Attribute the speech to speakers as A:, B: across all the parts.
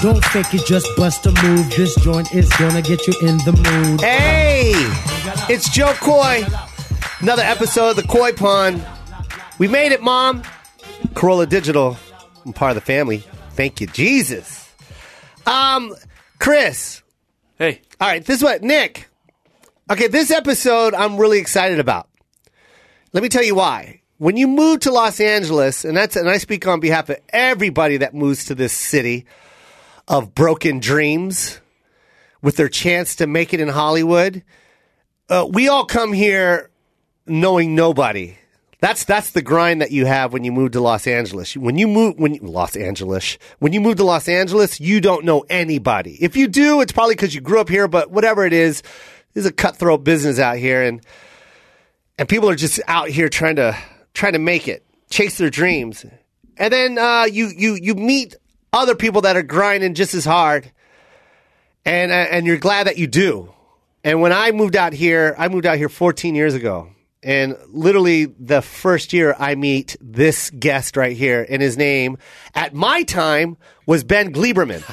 A: Don't fake it, just bust a move. This joint is gonna get you in the mood.
B: Hey, it's Joe Coy. Another episode of the Koi Pond. We made it, Mom. Corolla Digital. I'm part of the family. Thank you, Jesus. Um, Chris.
C: Hey,
B: All right, this is what Nick. Okay, this episode I'm really excited about. Let me tell you why. When you move to Los Angeles, and that's and I speak on behalf of everybody that moves to this city of broken dreams with their chance to make it in Hollywood, uh, we all come here knowing nobody. That's that's the grind that you have when you move to Los Angeles. When you move when you- Los Angeles, when you move to Los Angeles, you don't know anybody. If you do, it's probably because you grew up here. But whatever it is, this is a cutthroat business out here, and and people are just out here trying to trying to make it, chase their dreams, and then uh, you you you meet other people that are grinding just as hard, and uh, and you're glad that you do. And when I moved out here, I moved out here 14 years ago. And literally the first year I meet this guest right here, and his name at my time was Ben Gleiberman.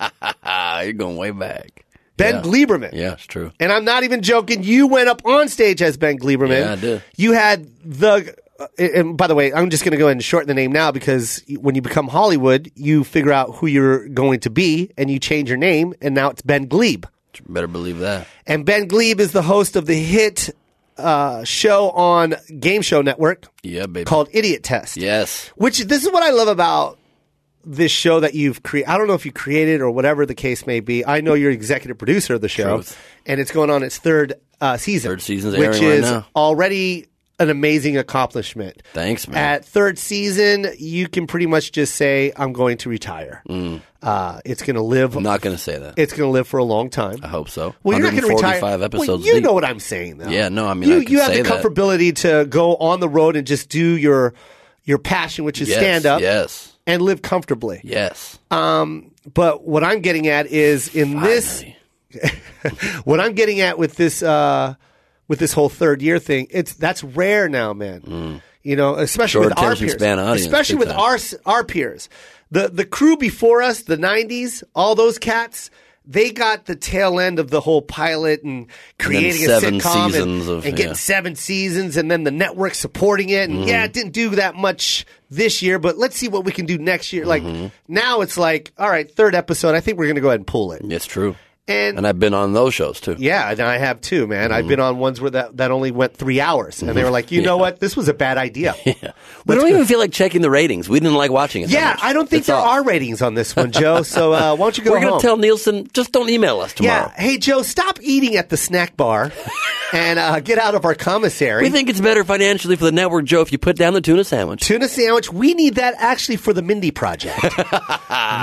C: ah, you're going way back.
B: Ben
C: yeah.
B: Gleiberman.
C: Yeah, it's true.
B: And I'm not even joking. You went up on stage as Ben Gleiberman.
C: Yeah, I did.
B: You had the. uh, And by the way, I'm just going to go ahead and shorten the name now because when you become Hollywood, you figure out who you're going to be and you change your name, and now it's Ben Glebe.
C: You better believe that.
B: And Ben Glebe is the host of the hit uh, show on Game Show Network
C: Yeah, baby.
B: called Idiot Test.
C: Yes.
B: Which this is what I love about this show that you've created. I don't know if you created or whatever the case may be. I know you're executive producer of the show,
C: Truth.
B: and it's going on its third uh, season.
C: Third season's
B: which
C: airing right
B: is
C: now.
B: already an amazing accomplishment.
C: Thanks, man.
B: At third season, you can pretty much just say, "I'm going to retire."
C: Mm.
B: Uh, it's going to live.
C: I'm not going to say that.
B: It's going to live for a long time.
C: I hope so.
B: Well, you're not going to retire.
C: 145
B: well,
C: episodes
B: you
C: deep.
B: know what I'm saying, though.
C: Yeah, no, I mean,
B: you,
C: I could
B: you have the
C: say that.
B: comfortability to go on the road and just do your your passion, which is
C: Yes,
B: stand up Um,
C: Yes.
B: and live comfortably.
C: Yes.
B: But what I'm getting at is in this,
C: Finally.
B: what I'm getting at with this, uh, with this whole third year thing, it's that's rare now, man. You know, especially
C: Mm. Short
B: with our
C: attention
B: peers,
C: span audience,
B: especially
C: big
B: with
C: time.
B: our s- our peers, the the crew before us, the '90s, all those cats. They got the tail end of the whole pilot and creating
C: seven
B: a sitcom and,
C: seasons of-
B: and getting
C: yeah.
B: seven seasons and then the network supporting it.
C: Mm-hmm.
B: And yeah, it didn't do that much this year, but let's see what we can do next year.
C: Mm-hmm.
B: Like now it's like, all right, third episode, I think we're going to go ahead and pull it.
C: It's true.
B: And,
C: And Mm-hmm. I've been on those shows too.
B: yeah, and I have too, man. I've been on ones where that, that only went three hours and they
C: Mm-hmm.
B: were like, you know what? This was a bad idea. yeah.
C: We don't even feel like checking the ratings. We didn't like watching it. that much.
B: I don't think
C: It's
B: there
C: off.
B: are ratings on this one, Joe. So uh, why don't you go
C: We're
B: home?
C: going to tell Nielsen, just don't email us tomorrow.
B: yeah. Hey, Joe, stop eating at the snack bar and uh, get out of our commissary.
C: We think it's better financially for the network, Joe, if you put down the tuna sandwich.
B: tuna sandwich. We need that actually for the Mindy Project.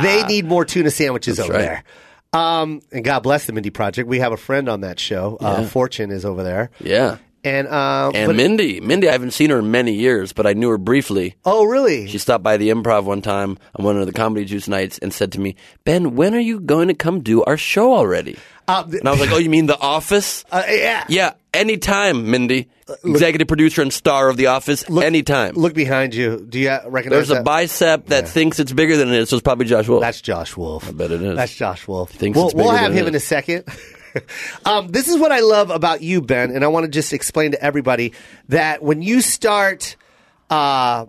B: they need more tuna sandwiches over
C: right.
B: there. Um, and God bless the Mindy Project. We have a friend on that show. Uh, Fortune is over there.
C: Yeah.
B: And, uh,
C: And
B: but-
C: Mindy, Mindy, I haven't seen her in many years, but I knew her briefly.
B: oh, really?
C: She stopped by the improv one time on one of the comedy juice nights and said to me, Ben, when are you going to come do our show already?
B: Uh, th-
C: And I was like, Oh, you mean The Office?
B: uh, yeah.
C: yeah, anytime, Mindy. Executive producer and star of The Office, anytime.
B: Uh, Look behind you. Do you uh, recognize
C: There's a
B: that?
C: bicep that thinks it's bigger than it is, so it's probably Josh Wolf.
B: That's Josh Wolf. I
C: bet it is.
B: That's Josh Wolf.
C: thinks
B: we'll
C: it's
B: we'll
C: bigger
B: have
C: than it
B: him in a
C: is.
B: second. um, this is what I love about you, Ben, and I want to just explain to everybody that when you start uh,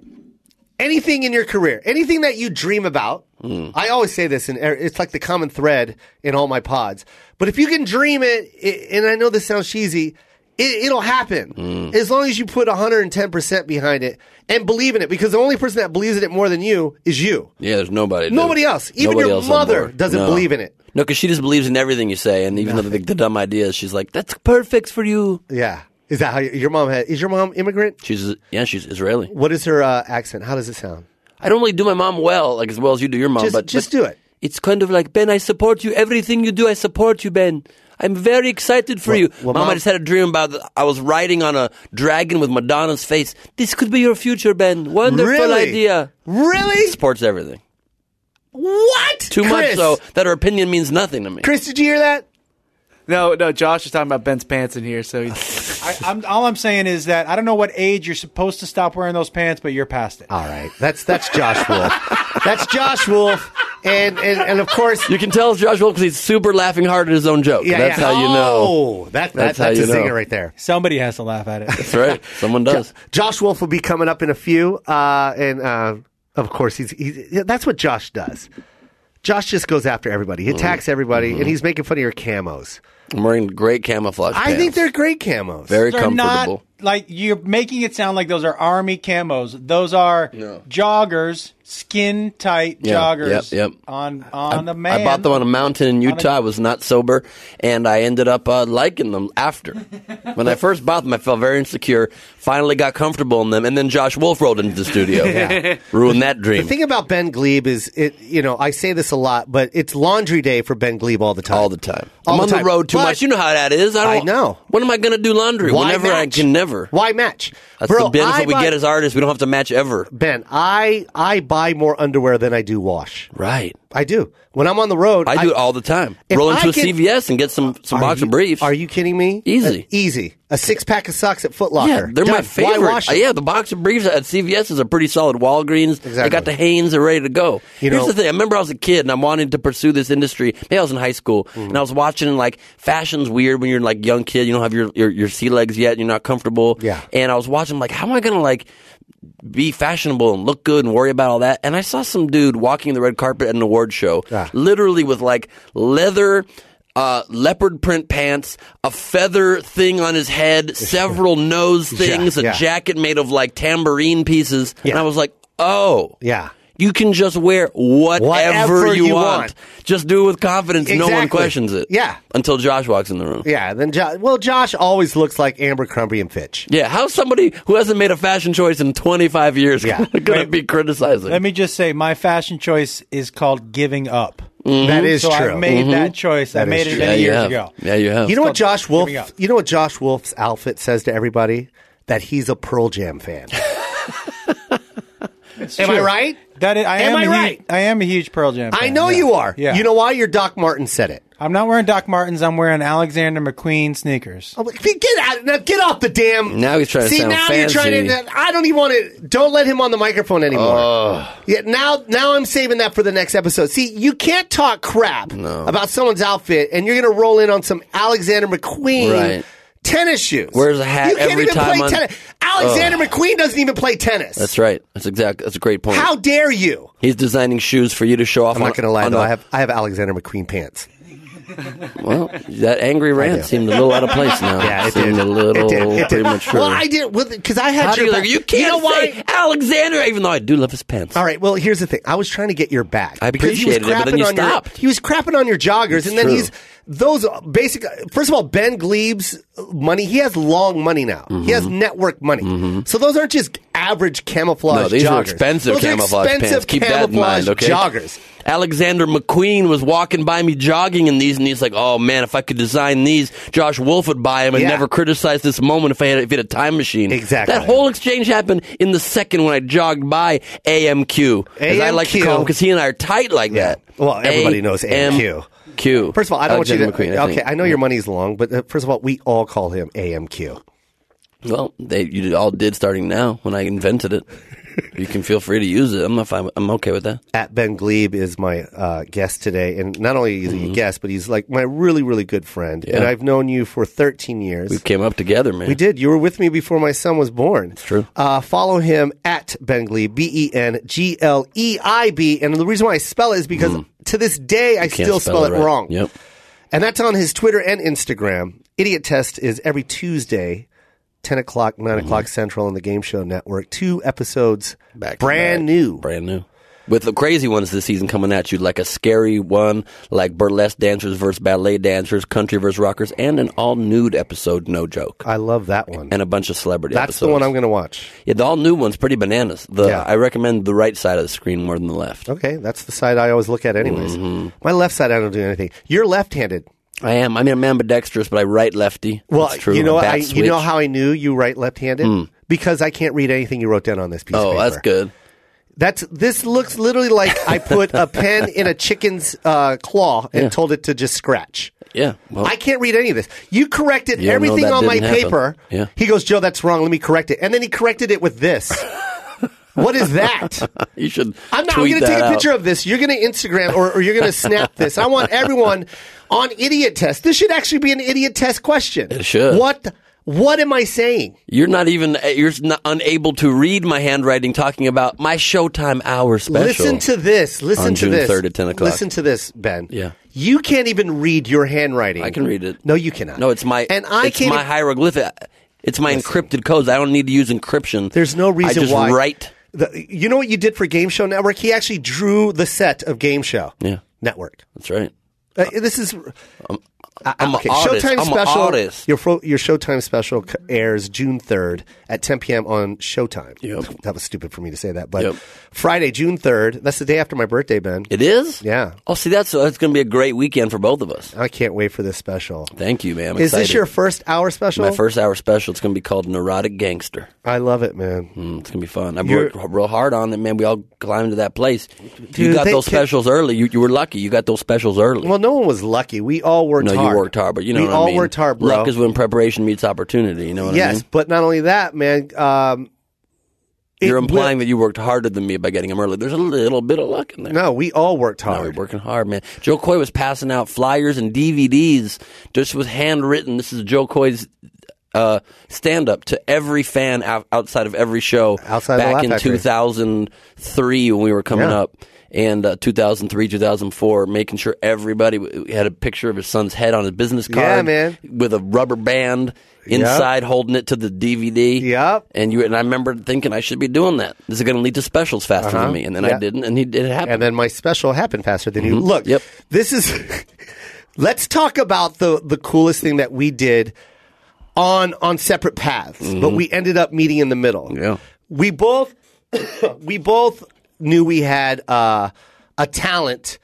B: anything in your career, anything that you dream about,
C: Hmm.
B: I always say this, and er, it's like the common thread in all my pods. But if you can dream it, it and I know this sounds cheesy. It, it'll happen
C: Hmm.
B: as long as you put 110% behind it and believe in it because the only person that believes in it more than you is you.
C: yeah, there's nobody. dude.
B: Nobody else. Even your
C: on
B: mother
C: board.
B: doesn't
C: No.
B: believe in it.
C: No, because she just believes in everything you say, and even the, the dumb ideas, she's like, "That's perfect for you."
B: Yeah. Is that how your, your mom had? Is your mom immigrant?
C: She's yeah, she's Israeli.
B: What is her uh, accent? How does it sound?
C: I don't really do my mom well, like as well as you do your mom.
B: Just,
C: Um, but
B: just
C: but
B: do it.
C: It's kind of like Ben. I support you. Everything you do, I support you, Ben. I'm very excited for you,
B: well,
C: mom,
B: Mom-
C: I just had a dream about. The, I was riding on a dragon with Madonna's face. This could be your future, Ben. Wonderful
B: Really?
C: idea.
B: Really?
C: Supports everything.
B: What?
C: Too much
B: Chris.
C: so that her opinion means nothing to me.
B: Chris, did you hear that?
D: No, no, Josh is talking about Ben's pants in here, so he's I, I'm, all I'm saying is that I don't know what age you're supposed to stop wearing those pants, but you're past it.
B: All right, that's that's Josh Wolf. that's Josh Wolf, and and, and of course,
C: You can tell it's Josh Wolf because he's super laughing hard at his own joke.
B: yeah,
C: that's
B: yeah.
C: how you know.
B: Oh, that, that
C: That's
B: that's,
C: how
B: a
C: you know.
B: singer right there.
D: Somebody has to laugh at it.
C: That's right. Someone does.
B: Josh Wolf will be coming up in a few, uh, and uh, of course, he's, he's yeah, that's what Josh does. Josh just goes after everybody. He attacks everybody, and he's making fun of your camos.
C: I'm wearing great camouflage.
B: I think
C: pants.
B: they're great camos.
C: very
D: They're not
C: comfortable.
D: like you're making it sound like those are army camos. Those are joggers, skin tight
C: Yeah,
D: joggers.
C: yep, yep.
D: On on a man.
C: I bought them on a mountain in Utah. I was not sober, and I ended up uh, liking them after. when I first bought them, I felt very insecure. Finally, got comfortable in them, and then Josh Wolf rolled into the studio, ruined that dream.
B: The thing about Ben Glebe is, it you know, I say this a lot, but it's laundry day for Ben Glebe all the time.
C: all the time.
B: All
C: I'm
B: the
C: on
B: time.
C: the road too
B: But
C: much. You know how that is. I, don't,
B: I know.
C: When am I going to do laundry?
B: why
C: Whenever I
B: match?
C: can never.
B: Why match?
C: That's
B: Bro,
C: the benefit
B: I
C: we
B: buy-
C: get as artists. We don't have to match ever.
B: Ben, I I buy more underwear than I do wash.
C: Right.
B: I do. When I'm on the road,
C: I, do it all the time.
B: If
C: Roll
B: I
C: into a
B: can-
C: CVS and get some some
B: Are
C: box of
B: you-
C: briefs.
B: Are you kidding me?
C: Easy.
B: Uh, easy. A six pack of socks at Foot Locker.
C: Yeah, they're
B: Done.
C: my favorite.
B: Why wash
C: Uh,
B: them?
C: yeah, the box of briefs at CVS is a pretty solid Walgreens. They
B: Exactly.
C: got the Hanes, they're ready to go.
B: You
C: Here's
B: know-
C: the thing: I remember I was a kid and I wanted to pursue this industry. Maybe I was in high school
B: Mm-hmm.
C: and I was watching like fashion's weird when you're like young kid. You don't have your your, your sea legs yet. You're not comfortable.
B: Yeah.
C: and I was watching like, how am I gonna like be fashionable and look good and worry about all that. And I saw some dude walking the red carpet at an award show,
B: Ah.
C: literally with like leather. Uh, leopard print pants, a feather thing on his head, several nose things,
B: yeah.
C: a jacket made of like tambourine pieces. And I was like, oh.
B: Yeah.
C: You can just wear whatever,
B: Whatever
C: you,
B: you
C: want.
B: want.
C: Just do it with confidence. No one
B: Exactly.
C: questions it.
B: Yeah.
C: Until Josh walks in the room.
B: Yeah, then jo- well, Josh always looks like Amber Crumbie and Fitch.
C: Yeah, how's somebody who hasn't made a fashion choice in 25 years
B: Yeah.
C: going to be criticizing?
D: Let me just say, my fashion choice is called giving up.
B: Mm-hmm. That is
D: so
B: true. Mm-hmm.
D: I made that choice. I
B: That is
D: made it
B: true.
D: many
C: you
D: years
C: have.
D: ago.
C: Yeah, you have.
B: you know what
D: called
B: Josh Wolf?
D: giving up.
B: You know what Josh Wolf's outfit says to everybody? That he's a Pearl Jam fan. Am I
D: true.
B: right?
D: That is, I
B: Am
D: am,
B: I
D: a
B: right?
D: Huge, I am a huge Pearl Jam.
B: I
D: fan,
B: know
D: yeah.
B: you are.
D: Yeah.
B: You know why? Your Doc Martin said it.
D: I'm not wearing Doc Martens. I'm wearing Alexander McQueen sneakers.
B: I'm like, Oh, get out! Now get off the damn.
C: Now he's trying to
B: see.
C: sound
B: now you're trying
C: fancy.
B: to. I don't even want to. Don't let him on the microphone anymore. Yeah. Now, now I'm saving that for the next episode. See, you can't talk crap about someone's outfit, and you're going to roll in on some Alexander McQueen
C: Right.
B: tennis shoes.
C: Wears a hat
B: You can't
C: every
B: even
C: time
B: play
C: on-
B: tennis. Alexander McQueen doesn't even play tennis.
C: That's right. That's exactly. That's a great point.
B: How dare you?
C: He's designing shoes for you to show off.
B: I'm
C: on,
B: not going to lie
C: on
B: though.
C: a-
B: I have I have Alexander McQueen pants.
C: well, that angry rant seemed a little out of place now.
B: Yeah, it
C: seemed
B: did.
C: a
B: It
C: little
B: did. It did.
C: premature.
B: Well, I did because I had
C: How do
B: your
C: you,
B: back.
C: like, you can't
B: you know why?
C: say Alexander, even though I do love his pants.
B: All right. Well, here's the thing. I was trying to get your back.
C: I
B: because
C: appreciated it, but then you
B: on
C: stopped.
B: Your, he was crapping on your joggers, and then
C: true.
B: he's those basic. First of all, Ben Glebe's money. He has long money now. He has
C: Mm-hmm.
B: network money. So those aren't just average camouflage.
C: No, these
B: joggers.
C: are expensive
B: Those are
C: camouflage
B: expensive
C: pants. Keep that in
B: camouflage
C: mind, okay?
B: Joggers.
C: Alexander McQueen was walking by me jogging in these, and he's like, "Oh man, if I could design these, Josh Wolf would buy them and
B: Yeah.
C: never criticize this moment if I had if he had a time machine."
B: Exactly.
C: That whole exchange happened in the second when I jogged by AMQ, as I like to
B: AMQ.
C: call him, because he and I are tight like
B: Yeah.
C: that.
B: Well, everybody knows AMQ.
C: Q.
B: First of all, I don't
C: Alexander
B: want you to.
C: Uh, McQueen, I
B: okay,
C: think. Mm-hmm.
B: I know your money's long, but uh, first of all, we all call him AMQ.
C: Well, they you all did starting now when I invented it. you can feel free to use it. I'm not fine. with- I'm okay with that.
B: at Ben Glebe is my uh, guest today, and not only is he
C: Mm-hmm.
B: a guest, but he's like my really, really good friend. And I've known you for 13 years.
C: We came up together, man.
B: we did. You were with me before my son was born. It's
C: true.
B: Uh, follow him at Ben Glebe, B E N G L E I B. And the reason why I spell it is because to this day I
C: Mm-hmm. Can't
B: still spell, it,
C: right.
B: wrong.
C: Yep.
B: And that's on his Twitter and Instagram. Idiot Test is every Tuesday, 10 o'clock, 9 o'clock Central on the Game Show Network. Two episodes,
C: Mm-hmm. Back to
B: brand
C: back.
B: new.
C: Brand new. With the crazy ones this season coming at you, like a scary one, like burlesque dancers versus ballet dancers, country versus rockers, and an all nude episode, no joke,
B: I love that one.
C: and a bunch of celebrity.
B: that's the
C: episodes.
B: one I'm going to watch.
C: Yeah, the all new one's pretty bananas. The
B: Yeah.
C: I recommend the right side of the screen more than the left.
B: Okay, that's the side I always look at, anyways.
C: Mm-hmm.
B: My left side, I don't do anything. You're left-handed.
C: I am. I mean, I'm ambidextrous, but I right lefty.
B: Well,
C: That's true.
B: you know,
C: I'm
B: what
C: back
B: I, you know
C: switch. Hmm.
B: how I knew you write left-handed because I can't read anything you wrote down on this piece. of
C: Oh,
B: paper.
C: that's good.
B: That's this looks literally like I put a pen in a chicken's uh, claw and
C: Yeah. Oh.
B: told it to just scratch.
C: Yeah. Well,
B: I can't read any of this. You corrected
C: Yeah, no,
B: everything
C: that
B: on my
C: didn't happen.
B: paper.
C: Yeah.
B: He goes, Joe, that's wrong. Let me correct it. And then he corrected it with this. what is that?
C: you should.
B: I'm not
C: tweet
B: going to take
C: that
B: a picture
C: out.
B: of this. You're going to Instagram or, or you're going to snap this. I want everyone on idiot test. This should actually be an idiot test question. It
C: should.
B: What What am I saying?
C: You're not even. eh, You're not unable to read my handwriting talking about my Showtime hour special.
B: Listen to this. Listen
C: On
B: to
C: June
B: this.
C: 3rd at 10 o'clock.
B: Listen to this, Ben.
C: Yeah.
B: You can't even read your handwriting.
C: I can read it.
B: No, you cannot.
C: No, it's my.
B: and I
C: it's
B: can't. e-
C: my hieroglyphic. It's my encrypted codes. I don't need to use encryption.
B: There's no reason
C: I just
B: why.
C: write.
B: The, you know what you did for Game Show Network? He actually drew the set of Game Show
C: Yeah.
B: Network.
C: That's right.
B: Uh, this is
C: I'm
B: Ah, okay,
C: an artist.
B: Showtime
C: I'm
B: special.
C: an artist.
B: Your fro- your Showtime special c- airs June third at 10 p.m. on Showtime.
C: Yep.
B: That was stupid for me to say that, but
C: Yep.
B: Friday, June third. That's the day after my birthday, Ben.
C: It is.
B: Yeah.
C: Oh, see, that's that's going to be a great weekend for both of us.
B: I can't wait for this special.
C: Thank you, man. I'm
B: Is this
C: excited.
B: your first hour special?
C: my first hour special? It's going to be called Neurotic Gangster.
B: I love it, man.
C: Mm, It's gonna be fun. I
B: You're-
C: worked real hard on it, man. We all climbed to that place. you got
B: they
C: those
B: ca-
C: specials early. You, you were lucky. You got those specials early.
B: Well, no one was lucky. We all worked
C: no,
B: hard.
C: you worked hard, but you know
B: we
C: what
B: all
C: I mean.
B: worked hard, bro.
C: Luck is when preparation meets opportunity. You know what I
B: yes,
C: mean?
B: but not only that, man. Um, it
C: You're
B: will-
C: implying that you worked harder than me by getting them early. There's a little bit of luck in there.
B: No, we all worked
C: No, we're
B: hard.
C: working hard, man. Joe Coy was passing out flyers and DVDs just with handwritten. This is Joe Coy's uh, stand up to every fan out- outside of every show
B: Outside the Laugh
C: back in
B: Factory.
C: 2003 when we were coming
B: Yeah.
C: up. And uh, 2003, 2004, making sure everybody w- had a picture of his son's head on his business card,
B: Yeah, man.
C: with a rubber band inside holding it to the DVD.
B: Yep.
C: And you and I remember thinking I should be doing that. This is going to lead to specials faster than me, and then
B: Uh-huh. Yeah.
C: I didn't, and he did it happen.
B: and then my special happened faster than you. Look,
C: Mm-hmm. Yep.
B: this is. let's talk about the the coolest thing that we did on on separate paths, but we ended up meeting in the middle.
C: Mm-hmm. Yeah.
B: we both we both knew we had uh, a talent,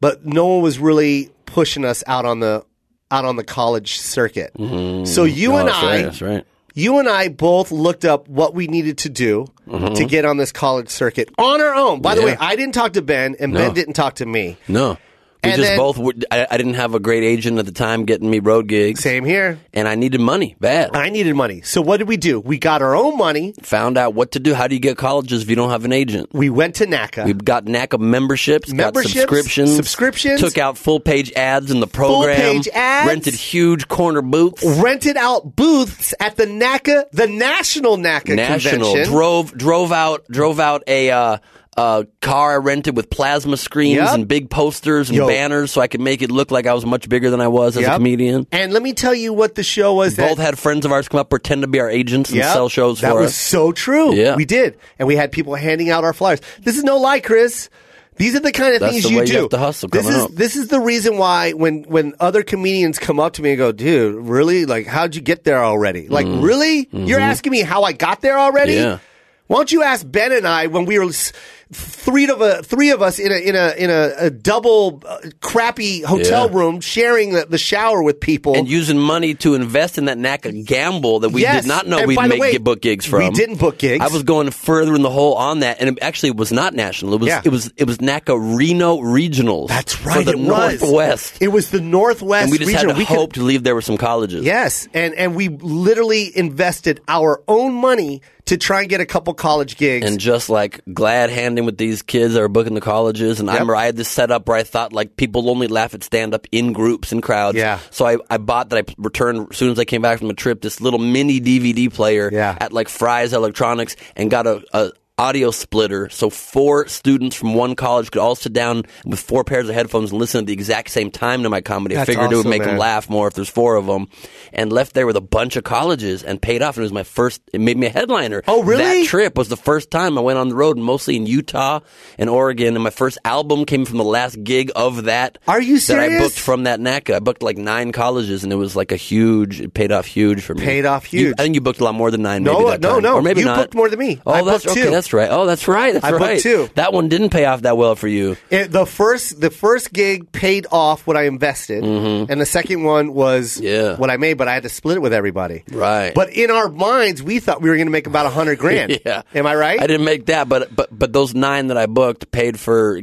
B: but no one was really pushing us out on the out on the college circuit. So you
C: Oh,
B: and
C: that's
B: I,
C: right, that's right.
B: you and I both looked up what we needed to do to get on this college circuit on our own. By the
C: Mm-hmm. Yeah.
B: way, I didn't talk to Ben, and Ben didn't talk to me.
C: No. We
B: And
C: just
B: then-
C: both. Were, I, I didn't have a great agent at the time getting me road gigs,
B: Same here.
C: and I needed money bad.
B: I needed money. So what did we do? We got our own money.
C: Found out what to do. How do you get colleges if you don't have an agent?
B: We went to NACA.
C: We got NACA memberships,
B: Memberships,
C: got subscriptions,
B: subscriptions.
C: Took out full page ads in the program.
B: Full-page ads.
C: Rented huge corner booths.
B: rented out booths at the NACA, the National NACA
C: National
B: convention.
C: drove drove out drove out a uh, uh, car I rented with plasma screens
B: Yep.
C: and big posters and
B: Yo.
C: banners so I could make it look like I was much bigger than I was as
B: Yep.
C: a comedian.
B: And let me tell you what the show was. that-
C: Both had friends of ours come up pretend to be our agents and
B: Yep.
C: sell shows
B: that
C: for
B: was
C: us.
B: so true.
C: Yeah.
B: We did. And we had people handing out our flyers. This is no lie, Chris. These are the kind of
C: That's
B: things
C: the
B: you
C: way you
B: do.
C: have to hustle
B: this
C: coming
B: is
C: up.
B: this is the reason why when when other comedians come up to me and go, "Dude, really? Like how'd you get there already?" Like, "Really? You're asking me how I got there already?"
C: Mm-hmm. Yeah.
B: Why don't you ask Ben and I when we were s- three of a three of us in a in a in a, a double uh, crappy hotel
C: Yeah.
B: room sharing the, the shower with people
C: and using money to invest in that NACA gamble that we
B: Yes,
C: did not know
B: and
C: we'd
B: by the
C: make
B: way,
C: get book gigs
B: we
C: from.
B: didn't book gigs.
C: I was going further in the hole on that, and it actually was not national. It was
B: Yeah.
C: it was it was NACA Reno Regionals.
B: That's right.
C: for the
B: it was.
C: Northwest.
B: It was the Northwest
C: and we just
B: region.
C: had to
B: could-
C: hope to leave there with some colleges.
B: yes, and and we literally invested our own money to try and get a couple college gigs.
C: And just like glad handing with these kids that are booking the colleges, and I remember I had this setup where I thought like people only laugh at stand up in groups and crowds.
B: Yeah.
C: So I, I bought that I returned as soon as I came back from a trip this little mini DVD player
B: Yeah.
C: at like Fry's Electronics and got a, a audio splitter so four students from one college could all sit down with four pairs of headphones and listen at the exact same time to my comedy. I
B: That's
C: figured it would
B: awesome,
C: make
B: man.
C: them laugh more if there's four of them, and left there with a bunch of colleges and paid off. And it was my first. It made me a headliner.
B: Oh, really?
C: That trip was the first time I went on the road, mostly in Utah and Oregon. And my first album came from the last gig of that.
B: Are you
C: That I
B: serious?
C: booked from that NACA. I booked like nine colleges, and it was like a huge. It paid off huge for me.
B: Paid off
C: You-
B: huge.
C: I think you booked a lot more than nine.
B: No,
C: maybe that
B: no,
C: time.
B: no.
C: Or maybe
B: You
C: not.
B: booked more than me.
C: Oh,
B: I
C: that's
B: booked
C: okay.
B: two.
C: That's list, right? Oh, that's right. That's
B: I booked
C: right.
B: two.
C: That one didn't pay off that well for you.
B: It, the first the first gig paid off what I invested, and the second one was
C: Mm-hmm. Yeah.
B: what I made, but I had to split it with everybody.
C: Right.
B: But in our minds, we thought we were going to make about a hundred grand.
C: Yeah.
B: Am I right?
C: I didn't make that, but but but those nine that I booked paid for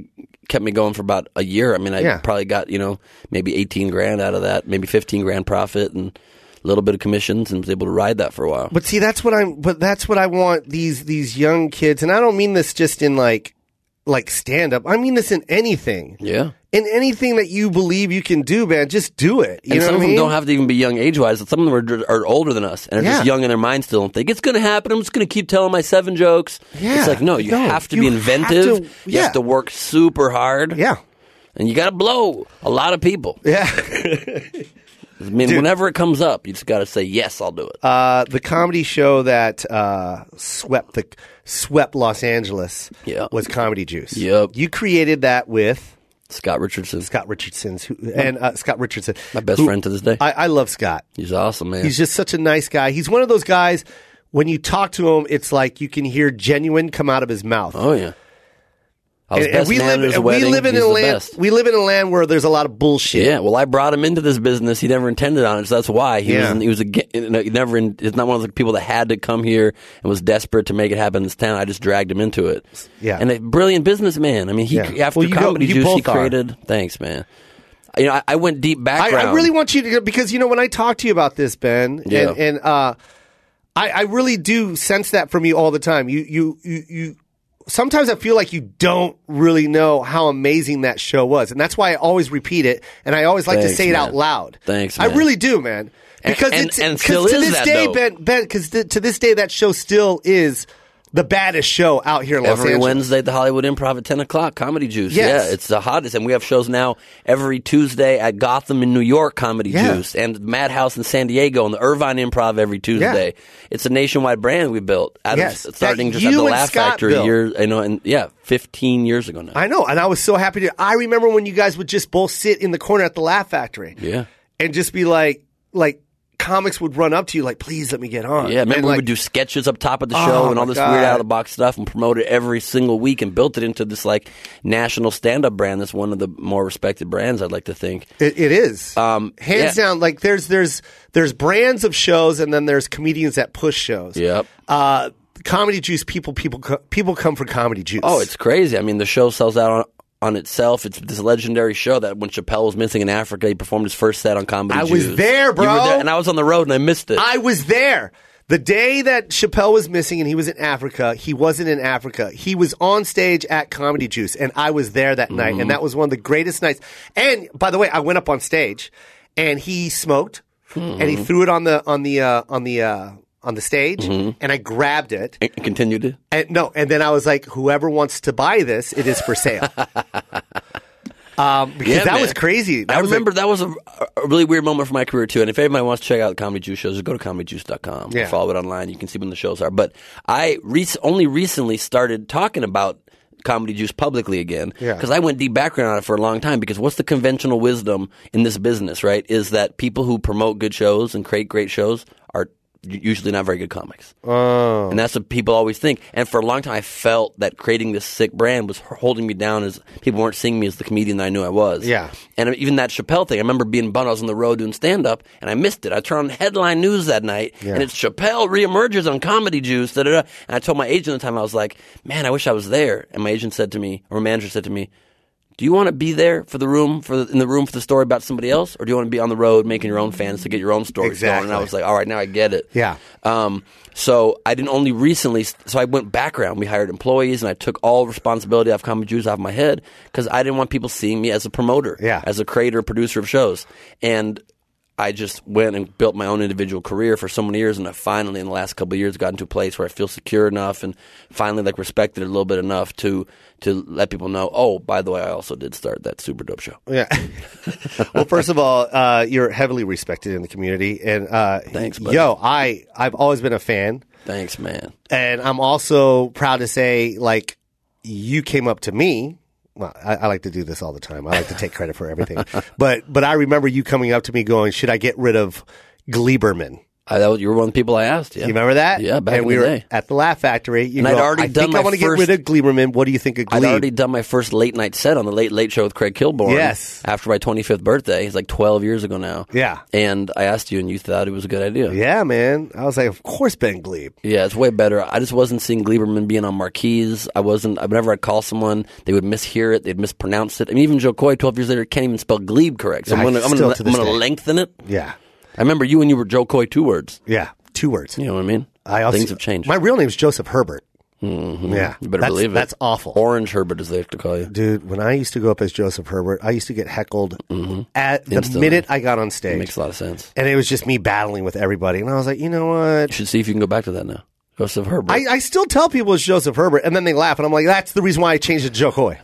C: kept me going for about a year. I mean, I
B: Yeah.
C: probably got you know maybe eighteen grand out of that, maybe fifteen grand profit, and a little bit of commissions, and was able to ride that for a while.
B: But see, that's what I'm. But that's what I want these these young kids, and I don't mean this just in like like stand up. I mean this in anything.
C: yeah,
B: In anything that you believe you can do, man, just do it. You
C: and
B: know what
C: some of
B: I
C: them
B: mean?
C: don't have to even be young age wise. Some of them are, dr- are older than us and are
B: Yeah.
C: just young in their mind still and think it's going to happen. I'm just going to keep telling my seven jokes.
B: Yeah.
C: It's like no, you
B: No,
C: have to
B: you
C: be
B: have
C: inventive.
B: to-
C: You
B: yeah.
C: have to work super hard.
B: yeah,
C: and you got to blow a lot of people.
B: yeah.
C: I mean, whenever it comes up, you just got to say yes, I'll do it.
B: Uh, the comedy show that uh, swept the swept Los Angeles
C: Yeah.
B: was Comedy Juice.
C: Yep.
B: You created that with
C: Scott Richardson.
B: Scott Richardson's who, and uh, Scott Richardson,
C: My best friend to this day.
B: I, I love Scott.
C: He's awesome, man.
B: He's just such a nice guy. He's one of those guys. When you talk to him, it's like you can hear genuine come out of his mouth.
C: oh yeah. I was
B: And- and
C: best man at his
B: and
C: wedding.
B: we live in
C: He's
B: a
C: the
B: land.
C: best.
B: We live in a land where there's a lot of bullshit.
C: Yeah, well, I brought him into this business. He never intended on it, so that's why he
B: Yeah.
C: was. He was a, ge- you know, he never. in- It's not one of the people that had to come here and was desperate to make it happen in this town. I just dragged him into it.
B: Yeah.
C: and a brilliant businessman. I mean, he
B: Yeah.
C: after
B: Well, you go-
C: comedy
B: you
C: juice, he
B: both are.
C: created. Thanks, man. You know, I, I went deep
B: I,
C: background.
B: I really want you to because you know when I talk to you about this, Ben,
C: Yeah.
B: and, and uh, I, I really do sense that from you all the time. You, you, you, you. Sometimes I feel like you don't really know how amazing that show was, and that's why I always repeat it, and I always like to
C: Thanks,
B: say it
C: man.
B: out loud.
C: Thanks,
B: I
C: man.
B: really do, man.
C: And-
B: Because
C: and-
B: it's
C: and
B: 'cause
C: still
B: to
C: is
B: this
C: that,
B: day,
C: though.
B: Ben, Ben, because to this day that show still is the baddest show out here in Los
C: every
B: Angeles.
C: Wednesday at the Hollywood Improv at 10 o'clock, Comedy Juice.
B: Yes.
C: Yeah, it's the hottest. And we have shows now every Tuesday at Gotham in New York, Comedy
B: Yeah.
C: Juice, and Madhouse in San Diego, and the Irvine Improv every Tuesday. It's a nationwide brand we built out
B: Yes,
C: of starting
B: that
C: just at
B: you
C: the
B: and
C: Laugh
B: Scott
C: Factory
B: built.
C: year, you know, and yeah, 15 years ago now.
B: I know, and I was so happy to. I remember when you guys would just both sit in the corner at the Laugh Factory,
C: Yeah.
B: and just be like, like comics would run up to you, like, "Please let me get on."
C: yeah, remember
B: Uh, And
C: we
B: like, Oh
C: would do sketches up top of the show and all
B: my
C: this weird
B: God.
C: out of the box stuff and promote it every single week and built it into this like national stand up brand that's one of the more respected brands, I'd like to think.
B: It, it is
C: Um,
B: hands
C: yeah.
B: down. Like there's there's there's brands of shows, and then there's comedians that push shows.
C: Yep.
B: Uh, comedy juice people people co- people come for comedy juice.
C: Oh, it's crazy. I mean, the show sells out on, on itself. It's this legendary show that when Chappelle was missing in Africa, he performed his first set on Comedy
B: I was
C: Jews.
B: there, bro.
C: You were there, and I was on the road and I missed it.
B: I was there. The day that Chappelle was missing and he was in Africa, he wasn't in Africa. He was on stage at Comedy Juice, and I was there that night,
C: Mm-hmm.
B: and that was one of the greatest nights. And by the way, I went up on stage, and he smoked, and
C: Mm-hmm.
B: he threw it on the on the uh, on the uh, on the stage,
C: Mm-hmm.
B: and I grabbed it,
C: and continued it.
B: and no, and then I was like, whoever wants to buy this, it is for sale. um, because
C: Yeah,
B: that
C: man.
B: was crazy. That
C: I
B: was like-
C: remember that was a, a really weird moment for my career too. And if anybody wants to check out the Comedy Juice shows, just go to comedyjuice.com.
B: Yeah.
C: Or follow it online. You can see when the shows are. But I re- only recently started talking about Comedy Juice publicly again
B: Yeah.
C: because I went deep background on it for a long time. Because what's the conventional wisdom in this business, right? Is that people who promote good shows and create great shows are u- usually not very good comics.
B: Oh.
C: And that's what people always think. And for a long time, I felt that creating this sick brand was holding me down as people weren't seeing me as the comedian that I knew I was.
B: Yeah.
C: And even that Chappelle thing, I remember being bummed. I was on the road doing stand up and I missed it. I turned on headline news that night and it's Chappelle reemerges on Comedy Juice. Da, da, da. And I told my agent at the time, I was like, man, I wish I was there. And my agent said to me, or my manager said to me, do you want to be there for the room for the, in the room for the story about somebody else, or do you want to be on the road making your own fans to get your own stories
B: Exactly.
C: going? And I was like, all right, now I get it.
B: Yeah.
C: Um, so I didn't only recently, so I went background. We hired employees, and I took all responsibility off Comedy Jews off my head because I didn't want people seeing me as a promoter,
B: Yeah.
C: as a creator, producer of shows, and I just went and built my own individual career for so many years, and I finally, in the last couple of years, got into a place where I feel secure enough, and finally, like respected a little bit enough to to let people know. Oh, by the way, I also did start that super dope show.
B: Yeah. well, first of all, uh, you're heavily respected in the community, and uh,
C: Thanks, buddy.
B: yo, I I've always been a fan,
C: Thanks, man.
B: and I'm also proud to say, like, you came up to me. Well, I, I like to do this all the time. I like to take credit for everything, but but I remember you coming up to me going, "Should I get rid of Gleiberman?"
C: I, that was, you were one of the people I asked. Yeah,
B: You remember that?
C: Yeah, back
B: and
C: in
B: we
C: the
B: were
C: day.
B: at the Laugh Factory. You
C: And I'd
B: go,
C: already
B: I
C: done
B: think I
C: my
B: want to get
C: first-
B: rid of Gleiberman. What do you think of
C: I'd
B: Glebe?
C: already done my first late night set on the Late Late Show with Craig Kilborn.
B: Yes.
C: After my 25th birthday. It's like 12 years ago now.
B: Yeah.
C: And I asked you, and you thought it was a good idea.
B: yeah, man. I was like, of course, Ben Glebe.
C: Yeah, it's way better. I just wasn't seeing Gleiberman being on marquees. I wasn't. I- Whenever I'd call someone, they would mishear it. They'd mispronounce it. I mean, even Joe Coy, twelve years later, can't even spell Glebe correct. So
B: Yeah,
C: I'm gonna, I'm
B: still
C: gonna,
B: to
C: I'm
B: this
C: gonna
B: day.
C: lengthen it.
B: Yeah,
C: I remember you and you were Joe Coy, two words.
B: yeah. Two words.
C: You know what I mean?
B: I also,
C: Things have changed. Mm-hmm.
B: My real name's Joseph Herbert. Yeah,
C: you better
B: that's,
C: believe it.
B: That's awful.
C: Orange Herbert, as they have to call you.
B: Dude, when I used to go up as Joseph Herbert, I used to get heckled at the minute I got on stage.
C: Mm-hmm. Makes a lot of sense.
B: and it was just me battling with everybody. And I was like, you know what?
C: You should see if you can go back to that now. Joseph Herbert.
B: I, I still tell people it's Joseph Herbert, and then they laugh, and I'm like, that's the reason why I changed it to Joe Coy.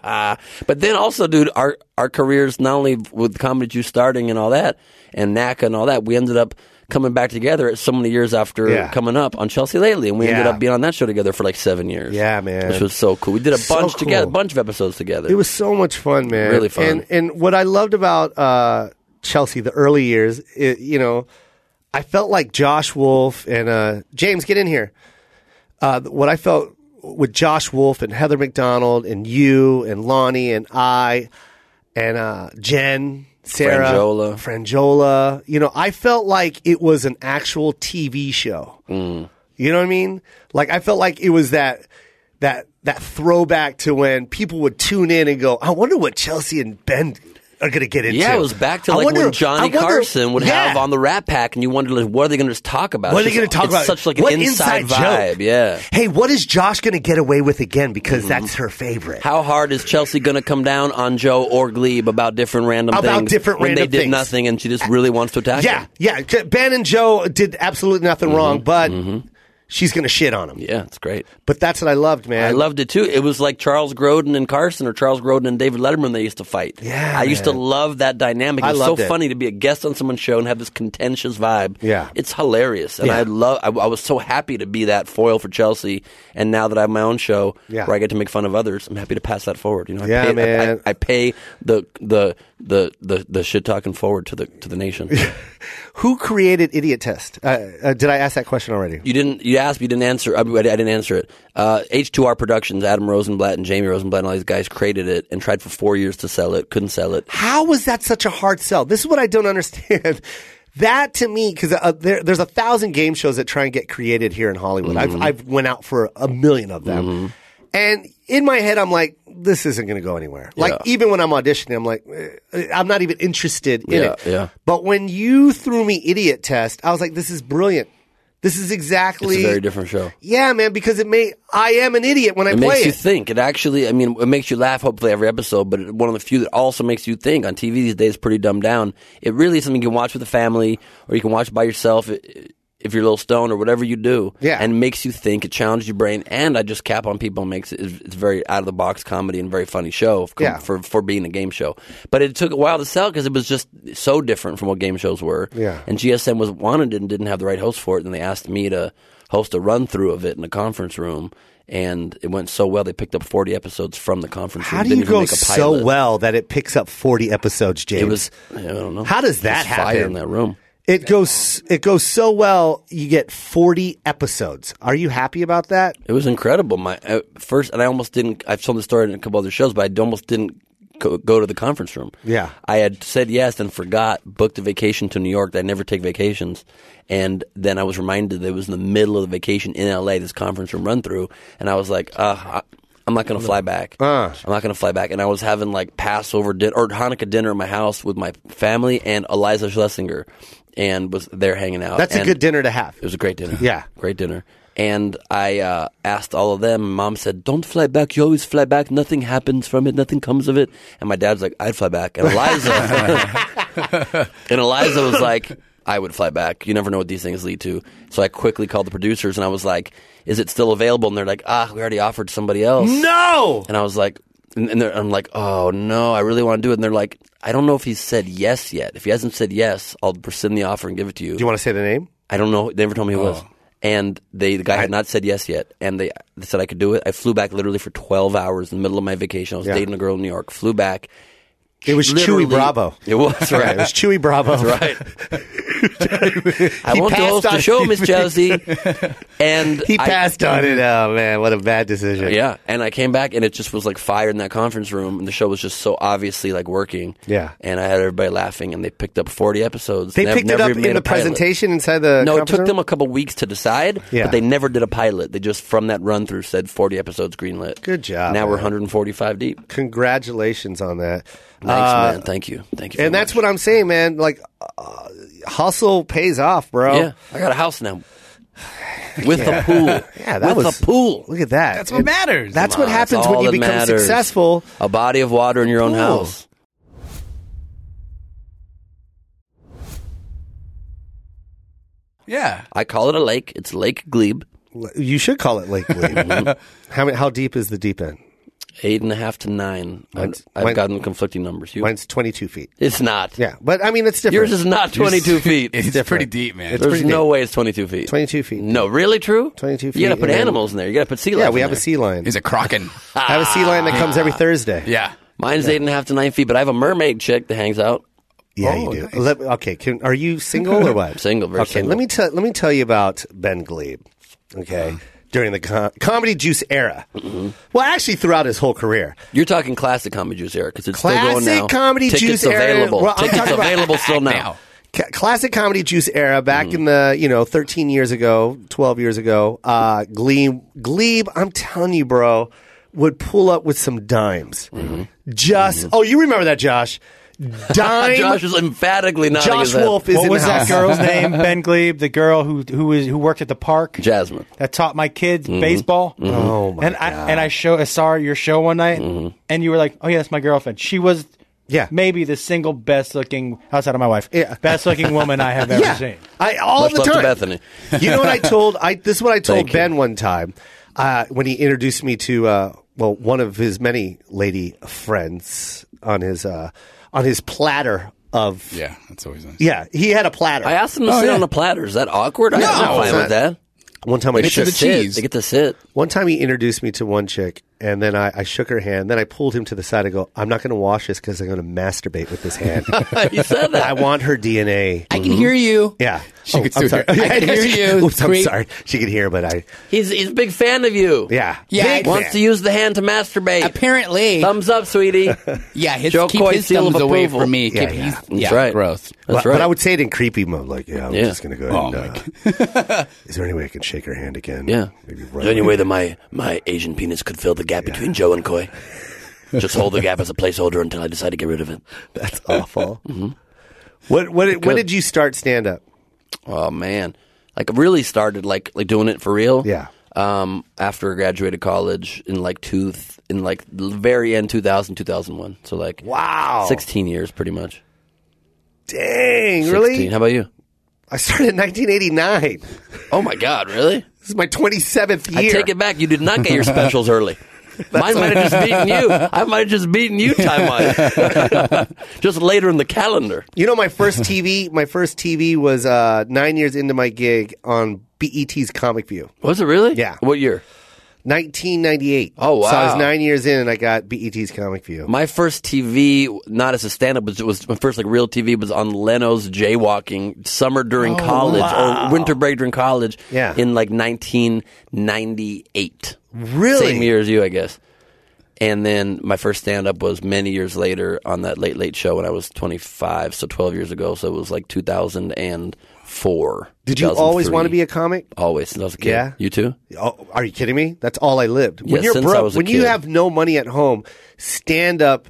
C: But then also, dude, our our careers not only with Comedy Juice starting and all that, and NACA and all that, we ended up coming back together so many years after
B: Yeah.
C: coming up on Chelsea Lately, and we ended
B: Yeah.
C: up being on that show together for like seven years.
B: Yeah, man.
C: which was so cool. We did a
B: So
C: bunch
B: cool.
C: together, bunch of episodes together.
B: It was so much fun, man.
C: Really fun.
B: And and what I loved about uh, Chelsea the early years, it, you know, I felt like Josh Wolf and uh, James. Get in here. Uh, what I felt with Josh Wolf and Heather McDonald and you and Lonnie and I and uh, Jen. Sarah
C: Frangiola.
B: Frangiola. You know, I felt like it was an actual TV show. You know what I mean? Like I felt like it was that that that throwback to when people would tune in and go, "I wonder what Chelsea and Ben are going to get into."
C: yeah, it was back to
B: I
C: like
B: wonder-
C: when
B: I
C: Johnny
B: wonder-
C: Carson would
B: Yeah.
C: have on the Rat Pack, and you wondered like, what are they going to just talk about?
B: What are
C: It's
B: they going
C: just-
B: to talk
C: it's
B: about?
C: Such like an
B: What
C: inside, vibe.
B: joke?
C: Yeah. Mm-hmm.
B: Hey, what is Josh going to get away with again? Because that's her favorite.
C: How hard is Chelsea going to come down on Joe or Glebe about different random
B: About
C: things
B: different
C: when they
B: random
C: did
B: things.
C: nothing and she just really wants to attack?
B: yeah,
C: him?
B: yeah. Ben and Joe did absolutely nothing wrong, but she's going to shit on him.
C: Mm-hmm. yeah, it's great.
B: But that's what I loved, man.
C: I loved it too. It was like Charles Grodin and Carson, or Charles Grodin and David Letterman. They used to fight.
B: Yeah,
C: I used to
B: man.
C: love that dynamic. It
B: I
C: was so
B: loved it.
C: funny to be a guest on someone's show and have this contentious vibe.
B: Yeah.
C: it's hilarious, and
B: Yeah.
C: I love. I, I was so happy to be that foil for Chelsea, and now that I have my own show
B: Yeah.
C: where I get to make fun of others, I'm happy to pass that forward. You know, I
B: Yeah,
C: pay, I-
B: man.
C: I, I pay the the the the, the shit talking forward to the to the nation.
B: Who created Idiot Test? Uh, uh, did I ask that question already?
C: You didn't. You asked. You didn't answer. I, I didn't answer it. Uh, H2R Productions, Adam Rosenblatt and Jamie Rosenblatt, and all these guys created it and tried for four years to sell it. Couldn't sell it.
B: How was that such a hard sell? This is what I don't understand. That to me, because uh, there, there's a thousand game shows that try and get created here in Hollywood.
C: Mm-hmm.
B: I've, I've went out for a million of them, and in my head, I'm like, this isn't going to go anywhere. Like
C: Yeah.
B: even when I'm auditioning, I'm like, eh, I'm not even interested in
C: Yeah,
B: it.
C: yeah.
B: But when you threw me idiot test, I was like, this is brilliant. This is
C: It's
B: exactly
C: a very different show.
B: Yeah, man, because it may I am an idiot when I
C: It
B: play
C: makes
B: it.
C: you think. It actually, I mean, it makes you laugh. Hopefully, every episode. But it- one of the few that also makes you think. On TV these days, pretty dumbed down. It really is something you can watch with a family, or you can watch by yourself i- if you're a little stoned or whatever you do.
B: Yeah.
C: and makes you think. It challenges your brain, and I just cap on people. Makes it, it's very out of the box comedy and very funny show. for-
B: Yeah.
C: for for being a game show. But it took a while to sell because it was just so different from what game shows were.
B: Yeah.
C: and GSM was wanted and didn't have the right host for it, and they asked me to host a run through of it in a conference room. And it went so well, they picked up 40 episodes from the conference room.
B: How do
C: Didn't
B: you
C: even
B: go
C: make a
B: so
C: pilot.
B: well that it picks up 40 episodes, James?
C: It was, I don't know.
B: How does
C: There
B: that
C: was Fire
B: happen?
C: in that room.
B: It goes it goes so well, you get 40 episodes. Are you happy about that?
C: It was incredible. My uh, first, and I almost didn't. I've told the story in a couple other shows, but I almost didn't go, go to the conference room.
B: Yeah.
C: I had said yes and forgot, booked a vacation to New York. That I never take vacations, and then I was reminded that it was in the middle of the vacation in L.A. This conference room run through, and I was like, uh, I, I'm not going to fly back.
B: Uh.
C: I'm not going to fly back. And I was having like Passover dinner or Hanukkah dinner at my house with my family and Eliza Schlesinger, and was there hanging out.
B: That's a
C: And-
B: good dinner to have.
C: it was a great dinner.
B: Yeah.
C: Great dinner. And I uh, asked all of them. Mom said, Don't fly back. You always fly back. Nothing happens from it. Nothing comes of it. And my dad's like, I'd fly back. And Eliza. and Eliza was like, I would fly back. You never know what these things lead to. So I quickly called the producers and I was like, Is it still available? And they're like, Ah, we already offered somebody else.
B: No.
C: And I was like, and, and they're- I'm like, oh no, I really want to do it. And they're like, I don't know if he's said yes yet. If he hasn't said yes, I'll rescind the offer and give it to you.
B: Do you want to say the name?
C: I don't know. They never told me who it
B: Oh.
C: was. And they, the guy had not said yes yet. And they, they said I could do it. I flew back literally for 12 hours in the middle of my vacation. I was dating a girl in New York. Flew back,
B: It was
C: literally-
B: Chewy Bravo.
C: It was
B: It was
C: right.
B: Chewy Bravo.
C: right. I want to
B: passed
C: host
B: on-
C: the show, Miss Chelsea. And
B: He
C: I-
B: passed on it. Oh man, what a bad decision.
C: Yeah, and I came back and it just was like fire in that conference room, and the show was just so obviously like working.
B: Yeah.
C: and I had everybody laughing, and they picked up forty episodes.
B: They
C: Nev-
B: picked it
C: never
B: up
C: made
B: in
C: a
B: the
C: pilot.
B: presentation inside the.
C: No, it
B: conference
C: took
B: room?
C: them a couple weeks to decide,
B: Yeah.
C: but they never did a pilot. They just from that run through said forty episodes greenlit.
B: Good job,
C: Now we're
B: man.
C: 145 deep.
B: Congratulations on that.
C: Thanks,
B: Uh,
C: man. Thank you. Thank you. very
B: And that's
C: much.
B: what I'm saying, man. Like, uh, hustle pays off, bro.
C: Yeah, I got a house now with a pool.
B: Yeah, that
C: with
B: was
C: a pool.
B: Look at that.
E: That's what
B: It-
E: matters.
B: That's what
C: Come on, that's
B: happens when
C: all
B: you
C: that
B: become
C: matters.
B: successful.
C: A body of water in your own
B: Pool.
C: house.
E: yeah.
C: I call it a lake. It's Lake Glebe.
B: You should call it Lake Lee. how many, how deep is the deep end?
C: Eight and a half to nine. I've,
B: Mine's-
C: I've
B: mine-
C: gotten conflicting numbers. You,
B: Mine's 22 feet.
C: it's not.
B: Yeah, but I mean it's different.
C: Yours is not 22 feet.
E: It's
B: different.
E: pretty deep, man.
B: It's-
C: There's
B: pretty
C: no way it's 22 feet.
B: 22 feet.
C: No, really true?
B: 22
C: You got
B: feet
C: to put
B: and then-
C: animals in there. You got to put sea life
B: Yeah, we
C: in
B: have a
C: there.
B: sea lion.
E: He's a kraken.
B: I have a sea lion that comes
C: Ah.
B: every Thursday.
E: Yeah.
C: Mine's eight and a half to nine feet, but I have a mermaid chick that hangs out.
B: Yeah,
E: Oh,
B: you do.
E: nice.
B: Let- okay, can, are you single or what? I'm
C: single, very
B: okay,
C: single.
B: let
C: Uh-huh.
B: me tell let me tell you about Ben Glebe. Okay, during the com- comedy juice era.
C: Mm-hmm.
B: Well, actually, throughout his whole career.
C: You're talking classic comedy juice era because it's still going
B: Classic
C: now.
B: comedy
C: Tickets
B: juice era.
C: available.
B: Well, I'm
C: Tickets
B: talking about-
C: available still now.
E: Now.
B: Ca classic comedy juice era back in the you know 13 years ago 12 years ago uh glebe glebe i'm telling you bro would pull up with some dimes just oh you remember that josh dime
C: Mm-hmm. Josh is emphatically nodding
B: Josh
C: his head.
B: Wolf is
D: What
B: in
D: was
B: the
D: that
B: house.
D: girl's name? Ben Glebe, the girl who who is who worked at the park
C: Jasmine.
D: that taught my kids
B: Mm-hmm.
D: baseball.
B: Oh, my
D: and I and I show I saw your show one night,
B: Mm-hmm.
D: and you were like, "Oh yeah, that's my girlfriend." She was.
B: Yeah.
D: maybe the single best looking outside of my wife,
B: Yeah.
D: best looking woman I have ever
B: yeah
D: seen.
B: I all
C: Much
B: the
C: love to
B: time
C: Bethany.
B: you know what I told I this is what I told
C: Thank you.
B: Ben one time uh, when he introduced me to uh, well one of his many lady friends on his uh, on his platter of
E: Yeah. That's always nice.
B: Yeah, he had a platter.
C: I asked them to
E: Oh,
C: sit
E: yeah.
C: on a platter. Is that awkward? No, I'm not
E: it's
C: fine with that.
B: one time I
E: It's
B: shook,
E: the
C: Sit.
E: cheese.
C: They get to sit.
B: one time he introduced me to one chick, and then I, I shook her hand. Then I pulled him to the side. I go, I'm not going to wash this because I'm going to masturbate with this hand.
C: you said that.
B: I want her DNA.
E: I can hear you.
B: Yeah, Oh,
E: She could
B: I'm
E: still
B: sorry.
E: hear- I can hear you,
B: Oops, I'm
E: creep.
B: sorry. She could hear, but I
C: He's he's a big fan of you.
B: yeah
E: Yeah,
B: Big
C: Wants
B: fan.
C: to use the hand to masturbate.
E: Apparently.
C: Thumbs up, sweetie. That's
E: yeah. His,
C: Joe
E: keep
C: Coy's
E: his
C: seal of
E: thumbs away
C: approval.
E: from me.
B: Yeah,
E: Keep-
B: yeah.
E: he's-
C: That's right.
E: Gross.
B: But,
C: right.
B: but I would say it in creepy mode, like, yeah, I'm
C: Yeah.
B: just going to go ahead
E: Oh,
B: and, uh, Is there any way I can shake her hand again?
C: yeah.
B: Maybe
C: Is
B: rub
C: there any
B: her-
C: way that my, my Asian penis could fill the gap between Joe and Coy? Just hold the gap as a placeholder until I decide to get rid of it.
B: That's awful.
E: Mm-hmm.
B: What, what, when
C: could.
B: did you start stand up?
C: Oh man, like I really started like like doing it for real.
B: Yeah.
C: Um, after I graduated college in like two th- in like the very end 2000 2001. So like
B: Wow.
C: 16 years pretty much.
B: Dang,
C: 16.
B: really?
C: How about you?
B: I started in 1989.
C: Oh my god, really?
B: This is my 27th year.
C: I take it back. You did not get your specials early. Mine might have just beaten you. I might have just beaten you time wise. just later in the calendar.
B: You know, my first TV, my first TV was uh, nine years into my gig on BET's Comic View,
C: Was it really?
B: Yeah.
C: What year?
B: 1998.
C: Oh, wow.
B: So I was nine years in, and I got BET's Comic View.
C: My first TV, not as a stand-up, was, was my first like real TV was on Leno's Jaywalking summer during college or winter break during college.
B: Oh, Yeah.
C: in like 1998.
B: Really?
C: same year as you, I guess. And then my first stand-up was many years later on that Late Late Show when I was 25, so 12 years ago. So it was like 2004.
B: Did you always want to be
C: 2003.
B: a comic?
C: Always since I was a kid.
B: Yeah?
C: You too?
B: Oh, are you kidding me? That's all I lived. When
C: Yeah,
B: you're
C: since I
B: broke,
C: was a
B: when you
C: kid.
B: have no money at home, stand up.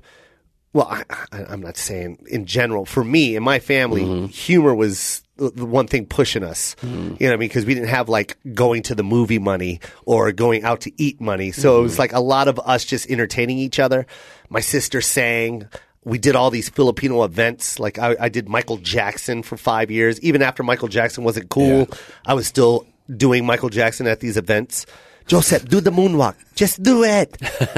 B: Well, I, I, I'm not saying in general. For me and my family, humor was the the one thing pushing us. You know what I mean? Because we didn't have like going to the movie money or going out to eat money. So it was like a lot of us just entertaining each other. My sister sang. We did all these Filipino events. Like I, I did Michael Jackson for five years. Even after Michael Jackson wasn't cool, I was still doing Michael Jackson at these events. Joseph, do the moonwalk. Just do it. I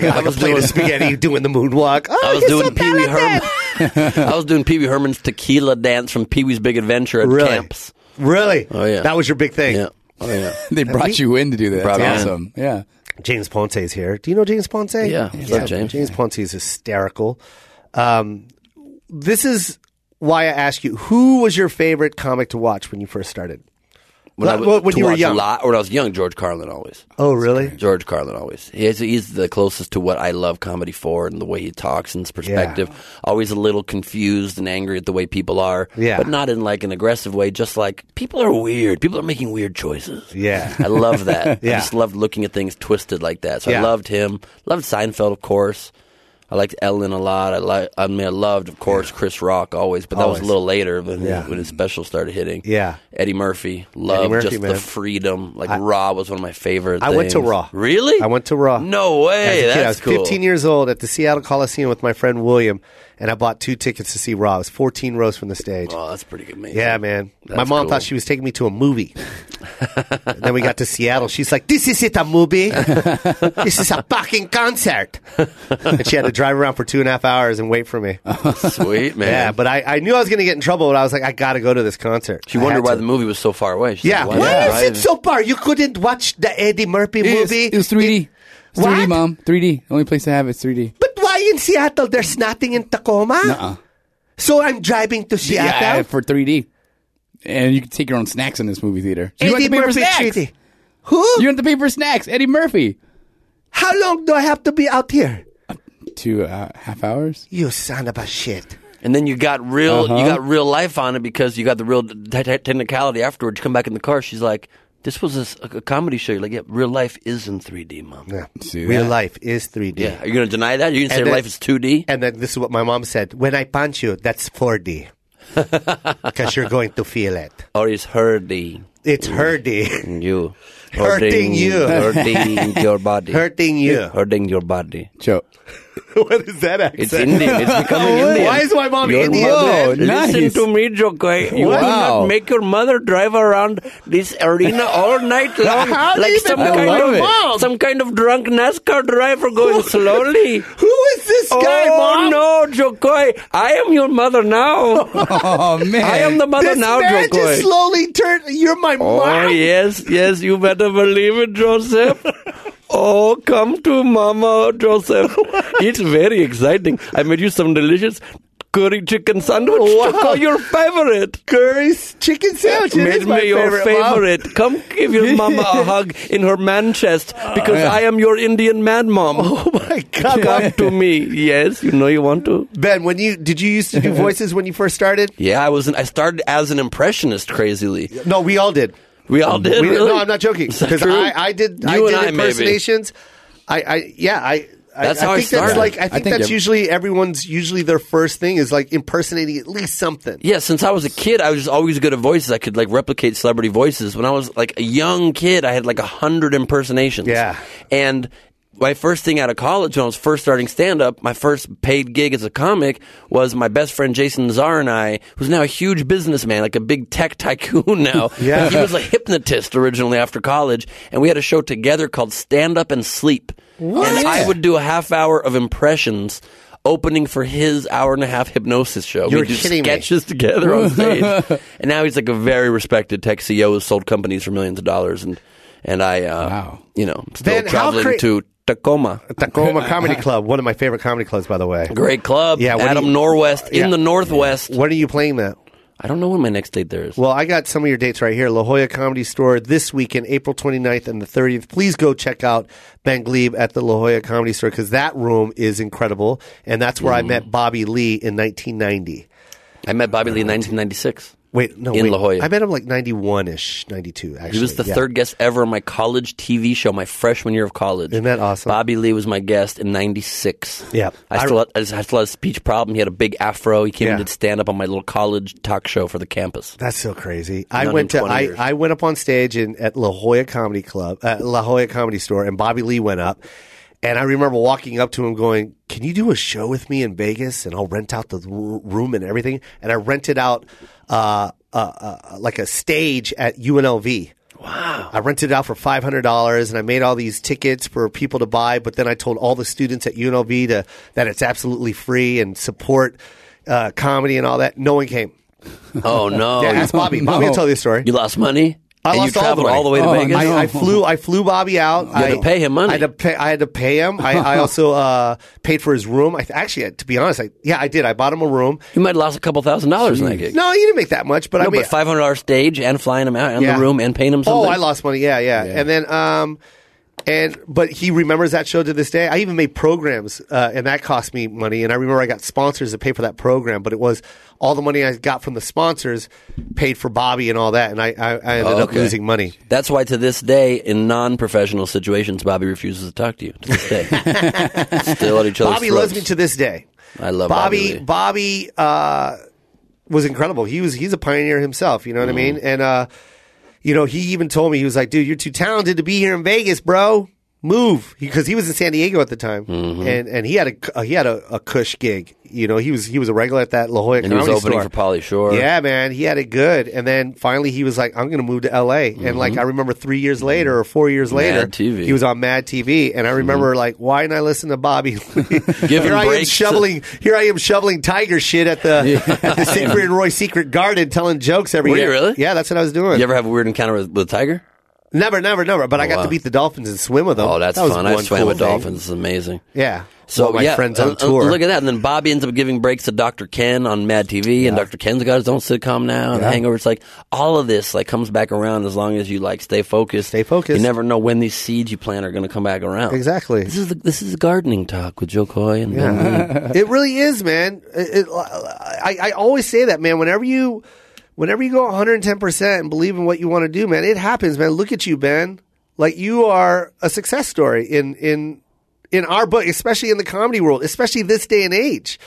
B: got like a plate of spaghetti doing the moonwalk. Oh,
C: I was
B: you're
C: doing
B: so
C: Pee Wee
B: talented.
C: Herman. I was doing Pee Wee Herman's tequila dance from Pee Wee's Big Adventure at
B: Really?
C: camps.
B: Really?
C: Oh, yeah.
B: That was your big thing.
C: Yeah. Oh yeah.
E: They brought you in to do that.
C: Brought me in.
E: That's awesome. Yeah.
B: James Ponce's here. Do you know James Ponce?
C: Yeah. What's up, James?
B: James Ponce is hysterical. Um, this is why I ask you: Who was your favorite comic to watch when you first started?
C: When, I was,
B: Well, when
C: to
B: you were
C: watch
B: young.
C: a lot, or when I was young, George Carlin always.
B: Oh, really?
C: George Carlin always. He's, he's the closest to what I love comedy for and the way he talks and his perspective. Always a little confused and angry at the way people are.
B: Yeah.
C: But not in like an aggressive way, just like people are weird. People are making weird choices.
B: Yeah.
C: I love that.
B: Yeah.
C: I just loved looking at things twisted like that. So
B: Yeah.
C: I loved him. Loved Seinfeld, of course. I liked Ellen a lot. I like. I mean, I loved, of course, Chris Rock always, but that was
B: Always.
C: a little later when,
B: Yeah.
C: when his special started hitting.
B: Yeah.
C: Eddie Murphy. Loved
B: Murphy,
C: just
B: man.
C: the freedom. Like Raw was one of my favorite.
B: I went to
C: things.
B: Raw.
C: Really?
B: I went to Raw.
C: No way.
B: As a kid,
C: That's
B: I was
C: cool.
B: 15 years old at the Seattle Coliseum with my friend William, and I bought two tickets to see Raw. It was 14 rows from the stage.
C: Oh, that's pretty good, man.
B: Yeah, man.
C: That's
B: my mom
C: cool.
B: thought she was taking me to a movie. And then we got to Seattle. She's like, "This isn't a movie. this is a fucking concert." and she had to drive around for two and a half hours and wait for me.
C: Sweet, Oh, man.
B: yeah, but I, I knew I was going to get in trouble. But I was like, "I got to go to this concert."
C: she
B: I
C: wondered
B: had
C: why
B: to.
C: the movie was so far away. She's
B: Yeah,
C: like,
B: why
C: is
B: is it so far? You couldn't watch the Eddie Murphy
E: It was,
B: movie.
E: it was 3D. It's 3D,
B: What?
E: mom. 3D. Only place to have it's 3D.
B: But why in Seattle there's nothing in Tacoma? So I'm driving to Seattle.
E: Yeah, for 3D. And you can take your own snacks in this movie theater. So you don't have
B: Eddie
E: to pay for
B: Murphy
E: snacks.
B: treaty. Who?
E: You don't have to pay for snacks. Eddie Murphy.
B: How long do I have to be out here?
E: Two uh, half hours.
B: You son of a shit.
C: And then you got real,
B: Uh-huh.
C: you got real life on it because you got the real t- t- technicality afterwards. You come back in the car, she's like, "This was a s- a, comedy show." You're like, "Yeah, real life is in 3D, mom." Yeah.
E: See
B: Real
E: that?
B: life is 3D.
C: Are you going to deny that? You're going to say
B: And then-
C: life is 2D?
B: And then this is what my mom said. When I punch you, that's 4D. Because you're going to feel it.
C: or is hurting
B: It's hurting.
C: you?
B: Hurting you.
C: Hurting your body.
B: Hurting you.
C: Hurting your body.
E: Joe.
B: what is that accent?
C: It's Indian. It's becoming Indian.
B: Why is my mom
C: Your
B: Indian?
C: mother-
E: Whoa, nice.
C: Listen to me, Jokai. You
E: Wow.
C: will not make your mother drive around this arena all night long
B: How do
C: like
B: you
C: some
E: even- I
C: kind
E: love
C: of
B: it.
C: some kind of drunk NASCAR driver going slowly.
B: Who is this guy,
C: oh
B: mom?
C: no, Jokai! I am your mother now.
E: Oh, man.
C: I am the mother
B: This
C: now,
B: man
C: Jokai.
B: just slowly turned. You're my
C: Oh
B: mom.
C: yes, yes, you better believe it, Joseph. Oh, come to Mama, Joseph. It's very exciting. I made you some delicious curry chicken sandwich.
B: Wow.
C: Choco, your favorite.
B: Curry's chicken sandwich. It
C: Made
B: is my
C: me your
B: favorite. Mom.
C: favorite. Come give your mama a hug in her man chest because I am your Indian man, mom.
B: Oh my god,
C: Come to me. Yes, you know you want to.
B: Ben! When you did you used to do voices when you first started?
C: Yeah, I was. An, I started as an impressionist, crazily.
B: No, we all did.
C: We all did.
B: We-
C: really?
B: No, I'm not joking.
C: Is that
B: Because
C: true?
B: I, I did. I
C: You
B: did
C: and I, maybe.
B: impersonations. I, I, yeah, I. I-
C: That's
B: I,
C: how I
B: think that's
C: started.
B: like I
E: I
B: think,
E: think
B: that's
E: ev-
B: usually everyone's usually their first thing is like impersonating at least something.
C: Yeah, since I was a kid, I was just always good at voices. I could like replicate celebrity voices. When I was like a young kid, I had like a hundred impersonations.
B: Yeah.
C: and my first thing out of college when I was first starting stand up, my first paid gig as a comic was my best friend Jason Czar and I, who's now a huge businessman, like a big tech tycoon now.
B: Yeah.
C: he was a hypnotist originally after college, and we had a show together called Stand Up and Sleep. And I would do a half hour of impressions. Opening for his hour and a half hypnosis show.
B: You're
C: we do
B: kidding me.
C: sketches just together on stage. and now he's like a very respected tech CEO who's sold companies for millions of dollars. And and I, uh,
E: Wow.
C: you know, still
B: Ben, how
C: traveling
B: cra-
C: to Tacoma.
B: Tacoma Comedy Club, one of my favorite comedy clubs, by the way.
C: Great club.
B: Yeah, what do
C: Adam
B: you-
C: Norwest
B: yeah.
C: in the Northwest.
B: When are you playing that?
C: I don't know when my next date there is.
B: Well, I got some of your dates right here. La Jolla Comedy Store this weekend, April 29th and the 30th. Please go check out Ben Glebe at the La Jolla Comedy Store because that room is incredible. And that's where I
C: Mm.
B: met Bobby Lee in 1990.
C: I met Bobby Lee in 1996.
B: Wait, no,
C: In
B: wait.
C: La Jolla.
B: I met him like 91 ish, 92, actually.
C: He was the
B: yeah.
C: third guest ever on my college TV show, my freshman year of college.
B: Isn't that awesome?
C: Bobby Lee was my guest in '96.
B: Yeah.
C: I still, had, I still had a speech problem. He had a big afro. He came
B: Yeah.
C: and did stand up on my little college talk show for the campus.
B: That's so crazy. I
C: Known
B: went
C: him
B: to
C: 20
B: I,
C: years.
B: I went up on stage in at La Jolla Comedy Club, uh, La Jolla Comedy Store, and Bobby Lee went up. And I remember walking up to him, going, "Can you do a show with me in Vegas? And I'll rent out the r- room and everything." And I rented out uh, uh, uh, like a stage at UNLV. Wow! I rented it out for five hundred dollars, and I made all these tickets for people to buy. But then I told all the students at UNLV to that it's absolutely free and support uh, comedy and all that. No one came.
C: Oh no!
B: Yeah, ask Bobby. Bobby will tell you the story.
C: You lost money?
B: I
C: And you
B: lost all the
C: traveled
B: money.
C: all the way to
E: Oh,
C: Vegas?
E: no.
B: I, I flew. I flew Bobby out. I
C: had to pay him money.
B: I had to pay. I had to pay him. I, I also uh, paid for his room. I th- actually, to be honest, I, yeah, I did. I bought him a room.
C: You might have lost a couple thousand dollars in that gig.
B: No, he didn't make that much, but
C: No,
B: I mean,
C: but five hundred dollars stage and flying him out and
B: Yeah.
C: the room and paying him
B: oh,
C: something.
B: I lost money. Yeah, yeah, And then, um, and but he remembers that show to this day. I even made programs, uh, and that cost me money. And I remember I got sponsors to pay for that program, but it was all the money I got from the sponsors paid for Bobby and all that, and I I, I ended
C: Oh,
B: up
C: okay.
B: losing money.
C: That's why to this day, in non-professional situations, Bobby refuses to talk to you. To this day, still at each other's
B: Bobby
C: throats.
B: loves me to this day.
C: I love
B: Bobby.
C: Bobby Lee.
B: Bobby uh, was incredible. He was he's a pioneer himself. You know what
C: Mm.
B: I mean? And uh, you know, he even told me he was like, "Dude, you're too talented to be here in Vegas, bro. Move," because he, was in San Diego at the time,
C: Mm-hmm.
B: and and he had a uh, he had a, a cush gig. You know, he was he was a regular at that La Jolla
C: and he was
B: Comedy
C: opening
B: Store.
C: for Polly Shore.
B: Yeah, man, he had it good. And then finally, he was like, "I'm going to move to L.A." And
C: Mm-hmm.
B: like, I remember three years later or four years later,
C: TV.
B: he was on Mad TV, and I remember like, why didn't I listen to Bobby?
C: Mm-hmm. Give him
B: here I am
C: breaks to-
B: shoveling. Here I am shoveling tiger shit at the, the Siegfried and Roy Secret Garden, telling jokes every
C: Were you
B: year.
C: really?
B: Yeah, that's what I was doing.
C: You ever have a weird encounter with, with a tiger?
B: never, never, never. But I got
C: wow.
B: to beat the dolphins and swim with them.
C: Oh, that's
B: That was
C: fun. I
B: one
C: swam
B: cool
C: with
B: thing.
C: dolphins. It's amazing.
B: Yeah.
C: So
B: All my
C: yeah,
B: friends on
C: uh, uh,
B: tour.
C: Look at that. And then Bobby ends up giving breaks to Dr. Ken on Mad TV, and Dr. Ken's got his own sitcom now. And Hangover. It's like all of this like comes back around as long as you like stay focused.
B: Stay focused.
C: You never know when these seeds you plant are going to come back around.
B: Exactly.
C: This is the, this is gardening talk with Joe Coy and Ben Lee.
B: it really is, man. It, it- I, I always say that, man. Whenever you, whenever you go 110 percent and believe in what you want to do, man, it happens, man. Look at you, Ben. Like you are a success story in in in our book, especially in the comedy world, especially this day and age.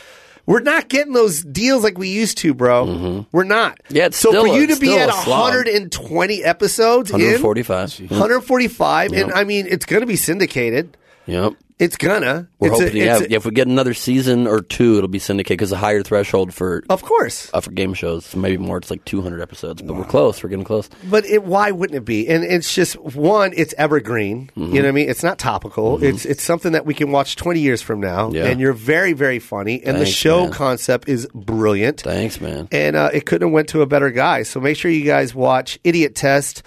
B: We're not getting those deals like we used to, bro. We're not.
C: Mm-hmm. Yeah, it's
B: so
C: still
B: for
C: a-
B: you to be
C: still
B: at
C: a slog.
B: 120 episodes, in-
C: 145. Yep.
B: 145, and I mean, it's going to be syndicated.
C: Yep.
B: It's gonna.
C: We're
B: it's a-
C: hoping to
B: it's
C: have,
B: a-
C: if we get another season or two, it'll be syndicated because a higher threshold for
B: Of course.
C: uh, for game shows, so maybe more. It's like 200 episodes, but we're close. We're getting close.
B: But it, why wouldn't it be? And it's just one, it's evergreen.
C: Mm-hmm.
B: You know what I mean? It's not topical. It's it's something that we can watch twenty years from now.
C: Yeah.
B: And you're very very funny. And the
C: Thanks,
B: show
C: man.
B: concept is brilliant.
C: Thanks, man.
B: And uh, it couldn't have went to a better guy. So make sure you guys watch Idiot Test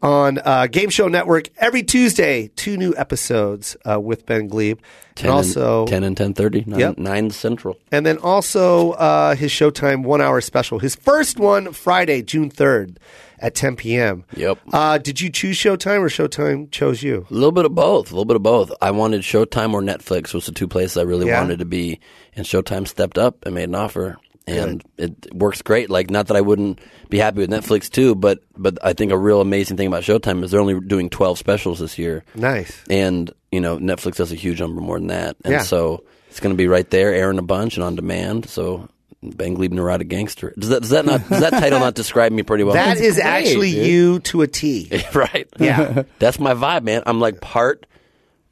B: on uh, Game Show Network every Tuesday. Two new episodes uh, with Ben Glebe. and also
C: and, 10 and 10:30, 9,
B: Yep.
C: 9 central.
B: and then also uh, his Showtime one hour special. His first one Friday, June third at ten p.m.
C: Yep.
B: Uh, did you choose Showtime or Showtime chose you?
C: A little bit of both. A little bit of both. I wanted Showtime or Netflix was the two places I really
B: Yeah.
C: wanted to be, and Showtime stepped up and made an offer, and it works great. Like, not that I wouldn't be happy with Netflix too, but but I think a real amazing thing about Showtime is they're only doing twelve specials this year.
B: Nice.
C: and you know Netflix does a huge number more than that, and
B: Yeah.
C: so it's going to be right there, airing a bunch and on demand. So, Ben Glebe, neurotic gangster. Does that does that not does that title not describe me pretty well?
B: That is
E: great,
B: actually
E: dude.
B: you to a T.
C: right.
B: Yeah.
C: that's my vibe, man. I'm like part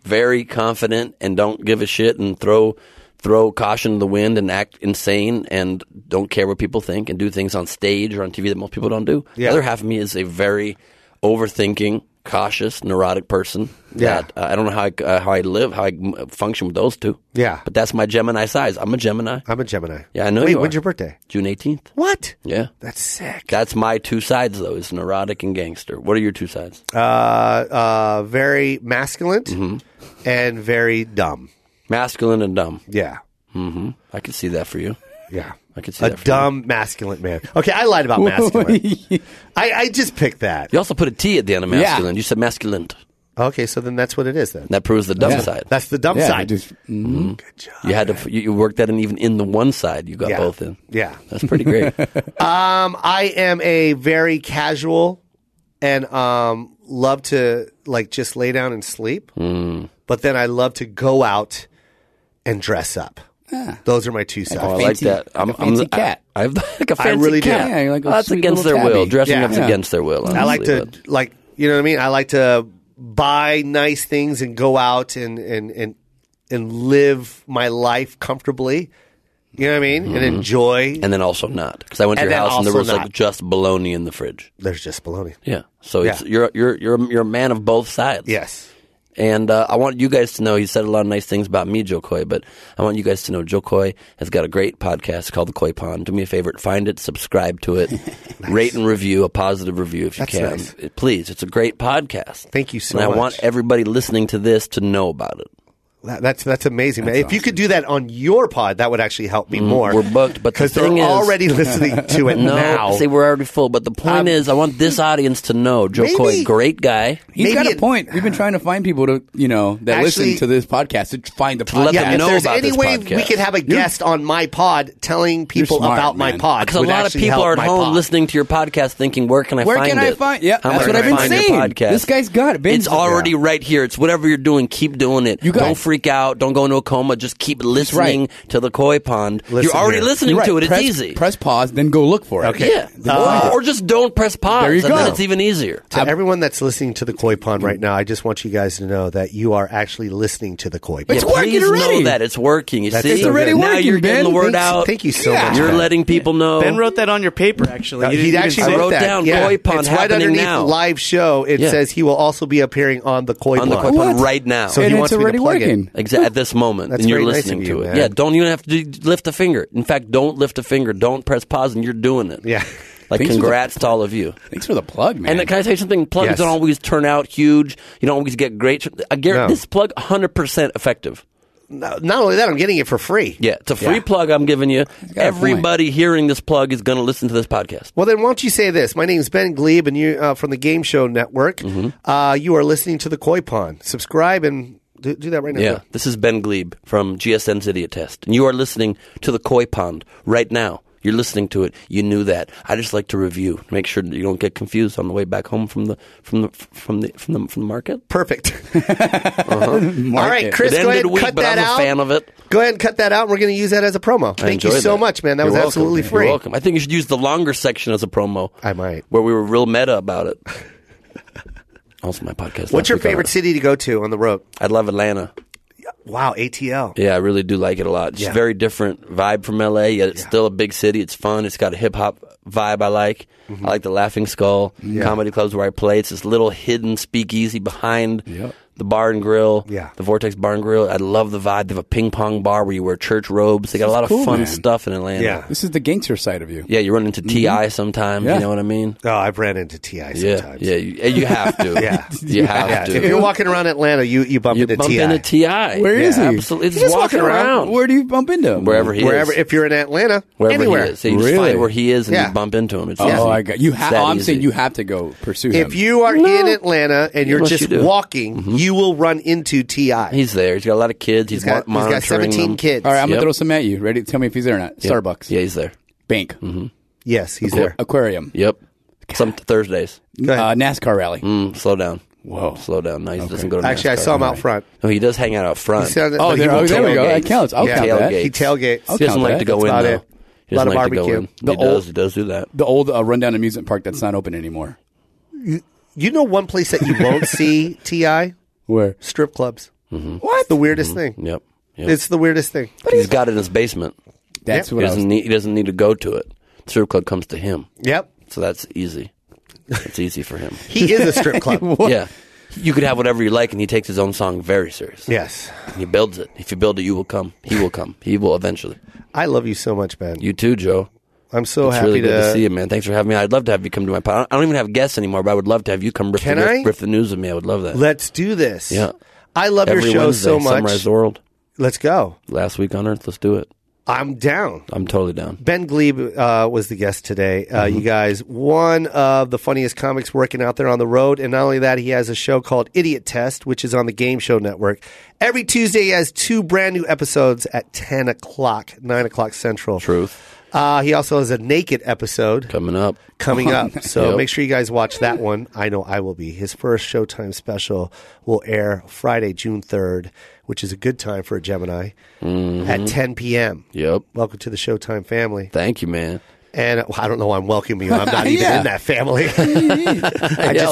C: very confident and don't give a shit and throw throw caution to the wind and act insane and don't care what people think and do things on stage or on TV that most people don't do.
B: Yeah.
C: The other half of me is a very overthinking, cautious, neurotic person.
B: Yeah.
C: that, uh, I don't know how I, uh, how I live, how I mm, function with those two.
B: Yeah.
C: but that's my Gemini size. I'm a Gemini.
B: I'm a Gemini.
C: Yeah, I know
B: Wait,
C: you are.
B: when's your birthday?
C: June 18th.
B: What?
C: Yeah.
B: That's sick.
C: That's my two sides, though, is neurotic and gangster. What are your two sides?
B: Uh, uh, very masculine
C: Mm-hmm.
B: and very dumb.
C: Masculine and dumb.
B: Yeah.
C: I could see that for you.
B: Yeah.
C: I could see
B: A
C: that for
B: dumb masculine man. Okay, I lied about masculine. I, I just picked that.
C: You also put a T at the end of
E: Yeah.
C: masculine. You said masculine.
B: Okay, so then that's what it is then.
C: That proves the dumb
E: Yeah.
C: side.
B: That's the dumb
E: yeah,
B: side.
E: just-
C: you had to. You, you worked that in even in the one side. You got
B: Yeah.
C: both in.
B: Yeah.
C: That's pretty great.
B: Um, I am a very casual and um, love to like just lay down and sleep.
C: Hmm.
B: But then I love to go out and dress up. Those are my two sides.
C: Oh, I
E: Fancy-
C: like that.
E: like a fancy
C: I-
E: cat.
C: I, have like a fancy
B: really do.
C: cat.
E: Yeah, you're like a
C: That's
E: sweet
C: against their
E: little
C: will.
E: tabby.
C: Dressing
B: Yeah.
C: up's
E: Yeah.
C: against their will.
B: I like
C: honestly,
B: to
C: but-
B: like you know what I mean? I like to buy nice things and go out and and and, and live my life comfortably. You know what I mean? And enjoy.
C: Hmm. and then also not because I went to
B: And
C: your
B: then
C: house and there
B: also
C: was like
B: not.
C: just bologna in the fridge.
B: There's just baloney.
C: Yeah. So It's,
B: Yeah.
C: you're you're you're you're a man of both sides.
B: Yes.
C: And uh, I want you guys to know he said a lot of nice things about me, Joe Coy, but I want you guys to know Joe Coy has got a great podcast called The Coy Pond. Do me a favor, find it, subscribe to it, rate and review, a positive review if you
B: That's
C: can.
B: nice.
C: It- please, it's a great podcast.
B: Thank you so
C: and
B: much.
C: I want everybody listening to this to know about it.
B: That- that's that's amazing, man. if you could do that on your pod, that would actually help me more.
C: Mm, we're booked, but the
B: because they're
C: thing is-
B: already listening to it
C: No,
B: now.
C: see, we're already full. But the point
B: Um,
C: is, I want this audience to know Joe
B: Maybe-
C: Coy, great guy.
E: He's
B: Maybe
E: got a
B: it-
E: point. We've been trying to find people to, you know, that
B: Actually-
E: listen to this podcast to find the podcast.
C: let them
B: yeah, if
C: know
B: there's
C: about
B: any
C: this
B: way we
C: podcast.
B: could have a guest on my pod telling people
E: smart,
B: about my
E: man.
B: pod,
C: Because a
B: would
C: lot of
B: actually
C: people
B: help
C: are at
B: my
C: home
B: pod.
C: listening to your podcast, thinking, "Where can I
E: Where
C: find
E: can I
C: it?
E: find- Yeah,
C: How am
E: that's
C: I
E: what
C: gonna
E: I've been
C: find your
E: saying.
C: podcast?
E: This guy's got it. Ben's-
C: It's already
E: Yeah.
C: right here. It's whatever you're doing. Keep doing it.
E: You got
C: don't
E: it.
C: freak out. Don't go into a coma. Just keep listening to the koi pond.
B: Listen
C: you're already
B: here.
C: listening
E: You're right.
C: to it. It's
E: press,
C: easy.
E: Press pause, then go look for it.
B: Okay.
C: yeah.
B: Uh,
C: or just don't press pause.
E: There you
C: And then
E: go.
C: it's even easier.
B: To everyone that's listening to the koi pond right now, I just want you guys to know that you are actually listening to the koi pond.
E: It's
C: Yeah,
E: working
C: please
E: already.
C: know that. It's working. You
B: That's
C: see?
B: It's already
C: now
E: working,
C: you're getting
E: Ben.
C: the word
B: Thanks-
C: out.
B: thank you so much,
C: You're
B: Ben.
C: letting people know.
F: Ben wrote that on your paper, actually.
B: Uh,
F: You
B: he
F: didn't
B: actually
F: even say
C: wrote
F: that.
B: that.
C: down
B: yeah.
C: koi pond
B: it's right
C: happening
B: underneath
C: now.
B: live show. It
C: Yeah.
B: says he will also be appearing on the koi
C: On the
B: pond.
C: koi pond right now.
B: So
E: And
B: he
E: it's
B: wants me to
E: already
B: plug it.
E: working.
C: Exa- at this moment,
B: That's
C: and you're
B: very nice
C: listening
B: of
C: to
B: you,
C: it.
B: man.
C: Yeah, don't even have to do- lift a finger. In fact, don't lift a finger. Don't press pause, and you're doing it.
B: Yeah.
C: Like,
E: Things with
C: congrats to all of you.
E: Thanks for the plug, man.
C: And can I say something? Plugs
B: Yes.
C: don't always turn out huge. You don't always get great. I guarantee
B: No.
C: this plug 100% effective.
B: No- Not only that, I'm getting it for free.
C: Yeah, it's a free plug I'm giving you.
E: got a
C: Everybody hearing this plug is going to listen to this podcast.
B: Well, then, why don't you say this? My name's Ben Glebe, and you uh, from the Game Show Network.
C: Mm-hmm.
B: Uh, you are listening to the Koi Pond. Subscribe and do, do that right now.
C: Yeah, this is Ben Glebe from GSN's Idiot Test, and you are listening to the Koi Pond right now. You're listening to it. You knew that. I just like to review, make sure that you don't get confused on the way back home from the from the from the from the, from the market.
B: Perfect. All right,
E: it.
B: Chris,
C: Uh-huh. It
B: go ahead
C: ended
B: and
C: weak,
B: cut
C: but
B: that
C: I'm a
B: out.
C: fan of it.
B: Go ahead and cut that out. We're going to use that as a promo.
C: I
B: Thank you
C: enjoyed
B: so
C: that.
B: much, man. That
C: You're
B: was
C: welcome.
B: absolutely
C: You're
B: free.
C: welcome. I think you should use the longer section as a promo.
B: I might.
C: Where we were real meta about it. Also, my
B: What's
C: podcast. last
B: your
C: week on
B: favorite
C: it.
B: city to go to on the road?
C: I love Atlanta.
B: Wow, ATL.
C: Yeah, I really do like it a lot. It's
B: Yeah.
C: very different vibe from LA. Yet it's still a big city. It's fun. It's got a hip hop vibe I like.
B: Mm-hmm.
C: I like the Laughing Skull comedy clubs where I play. It's this little hidden speakeasy behind the bar and grill.
B: Yeah.
C: the Vortex Bar and Grill. I love the vibe. They have a ping pong bar where you wear church robes. They got a lot of
E: cool,
C: fun
E: man.
C: stuff in Atlanta.
B: Yeah.
E: this is the gangster side of you.
C: Yeah, you run into Ti sometimes.
E: Yeah.
C: You know what I mean?
B: Oh, I've ran into Ti sometimes.
C: Yeah, yeah. You, and you have to.
B: Yeah.
C: you have
B: Yeah,
C: to.
B: if you're walking around Atlanta, you you bump
C: you
B: into
C: bump
B: Ti.
C: into Ti.
E: Where is he?
C: Absolutely,
E: He's
C: just walking around.
E: Where do you bump into him?
C: Wherever he
B: wherever,
C: is.
B: if you're in Atlanta,
C: Wherever
B: anywhere.
C: he is, so you just
E: Really?
C: find where he is and
B: Yeah.
C: you bump into him. It's
E: Oh,
C: easy.
E: I got you. Ha-
C: It's that
E: oh, I'm saying
C: easy.
E: you have to go pursue him.
B: If you are in Atlanta and you're
C: Unless you
B: just
C: do.
B: walking,
C: Mm-hmm.
B: you will run into Ti.
C: He's there. He's got a lot of kids. He's,
B: he's got,
C: mo-
B: he's got
C: monitoring
B: 17
C: them.
B: kids.
E: all right, I'm
C: Yep.
E: gonna throw some at you. Ready? Tell me if he's there or not.
C: Yep.
E: Starbucks,
C: Yeah, he's there.
E: bank,
B: Yes, he's there.
E: aquarium,
C: Yep. Some Thursdays.
B: Go ahead.
E: uh, NASCAR rally.
C: Mm, slow down.
E: Whoa.
C: Slow down. No, he doesn't go to
B: Actually, I
C: NASCAR.
B: saw him out front.
C: No, he does hang out out front.
B: He said that-
E: Oh,
B: but he
E: there,
B: will
E: oh, there we go. That
B: tailgate.
E: counts. I'll
B: Yeah.
E: count that.
C: Tailgate.
B: He tailgates.
E: I'll
C: he doesn't
E: count
C: like
E: that.
C: to go
B: That's
C: in
B: about
C: though.
B: it.
C: He
B: Lot
C: doesn't
B: of
C: like to go
B: barbecue.
C: in.
E: The
C: he does.
E: old-
C: He does do that.
E: The old uh, rundown amusement park that's not open anymore.
B: You know one place that you won't see Ti?
E: Where?
B: Strip clubs.
C: Mm-hmm.
B: What? The weirdest thing.
C: Yep. Yep.
B: It's the weirdest thing.
C: he's got it in his basement.
E: That's
C: He
E: what I was.
C: doesn't need. He doesn't need to go to it. The strip club comes to him,
B: Yep.
C: so that's easy. It's easy for him.
B: He is a strip club.
C: Yeah. You could have whatever you like, and he takes his own song very seriously.
B: yes.
C: He builds it. If you build it, you will come. He will come. He will eventually.
B: I love you so much, Ben.
C: You too, Joe.
B: I'm so
C: It's
B: happy
C: really good to see you, man. Thanks for having me. I'd love to have you come to my pod. I don't even have guests anymore, but I would love to have you come riff,
B: Can
C: the, riff,
B: I?
C: riff the news with me. I would love that.
B: Let's do this.
C: Yeah.
B: I love
C: Every
B: your show
C: Wednesday,
B: so much.
C: Sunrise World.
B: Let's go.
C: Last week on Earth. Let's do it.
B: I'm down.
C: I'm totally down.
B: Ben Glebe uh, was the guest today. Uh,
C: Mm-hmm.
B: You guys, one of the funniest comics working out there on the road. And not only that, he has a show called Idiot Test, which is on the Game Show Network. Every Tuesday, he has two brand new episodes at 10 o'clock, 9 o'clock Central.
C: Truth
B: Uh, he also has a naked episode
C: coming up.
B: coming up. So
C: Yep.
B: make sure you guys watch that one. I know I will be. His first Showtime special will air Friday, June 3rd, which is a good time for a Gemini at 10 p.m.
C: Mm-hmm. Yep.
B: Welcome to the Showtime family.
C: Thank you, man.
B: And well, I don't know why I'm welcoming you. I'm not even
E: Yeah.
B: in that family. I just,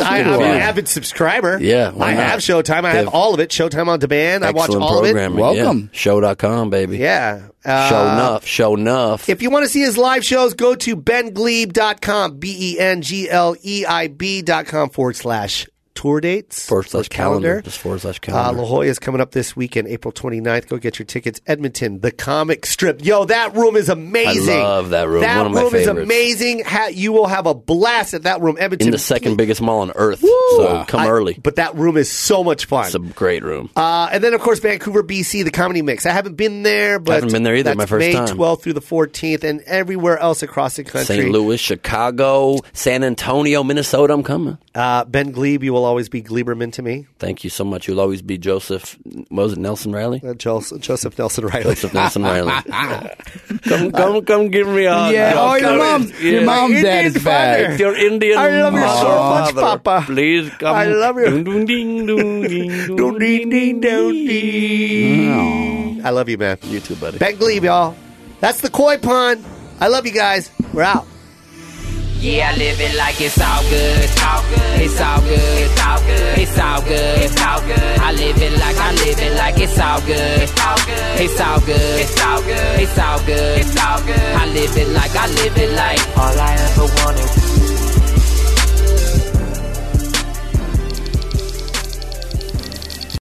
B: I, I'm
C: you
B: an
C: are.
B: avid subscriber.
C: Yeah, why
B: I
C: not?
B: have Showtime. I have
C: They've-
B: all of it. Showtime on demand. I watch
C: Excellent
B: all
C: programming.
B: of it.
E: Welcome.
C: Yeah. Show.com, baby.
B: Yeah. Uh,
C: Show enough. Show enough.
B: If you want to see his live shows, go to benglebe.com, B E N G L E I B.com forward slash tour dates.
C: Forward slash
B: or
C: calendar. Just forward slash calendar.
B: Uh, La Jolla is coming up this weekend, April 29th. Go get your tickets. Edmonton, the comic strip. Yo, that room is amazing.
C: I love that room.
B: That
C: One of my
B: room is
C: favorites.
B: amazing. Ha- you will have a blast at that room. Edmonton
C: in the second biggest mall on earth. So come
B: I-
C: early.
B: But that room is so much fun.
C: It's a great room.
B: Uh, and then, of course, Vancouver, BC, the Comedy Mix. I haven't been there, but
C: haven't been there either.
B: That's
C: My first
B: May
C: time.
B: 12th through the 14th, and everywhere else across the country.
C: St. Louis, Chicago, San Antonio, Minnesota. I'm coming.
B: Uh, ben Glebe, you will always be Gleiberman to me.
C: Thank you so much. You'll always be Joseph. What was it Nelson Riley?
B: Uh, Joseph, Joseph Nelson Riley.
C: Joseph Nelson Riley. come, come, come, give me a hug.
E: Yeah.
C: Joseph.
E: Oh, your mom, your
C: Yeah.
E: mom, dad
B: Indian
E: is back.
C: It's your Indian.
B: I love you so
C: father.
B: much, Papa.
C: Please come.
B: I love you.
C: Ding, ding, ding, ding, ding,
B: Doo dee dee doo dee. I love you, man.
C: You too, buddy.
B: Ben Glebe, y'all. That's the koi pond. I love you guys. We're out.
F: Yeah, I live it like it's all good. It's all good. It's all good. It's all good. It's all good. It's all good. I live it like I live it like it's all good. It's all good. It's all good. It's all good. It's all good. It's all good. I live it like I live it like.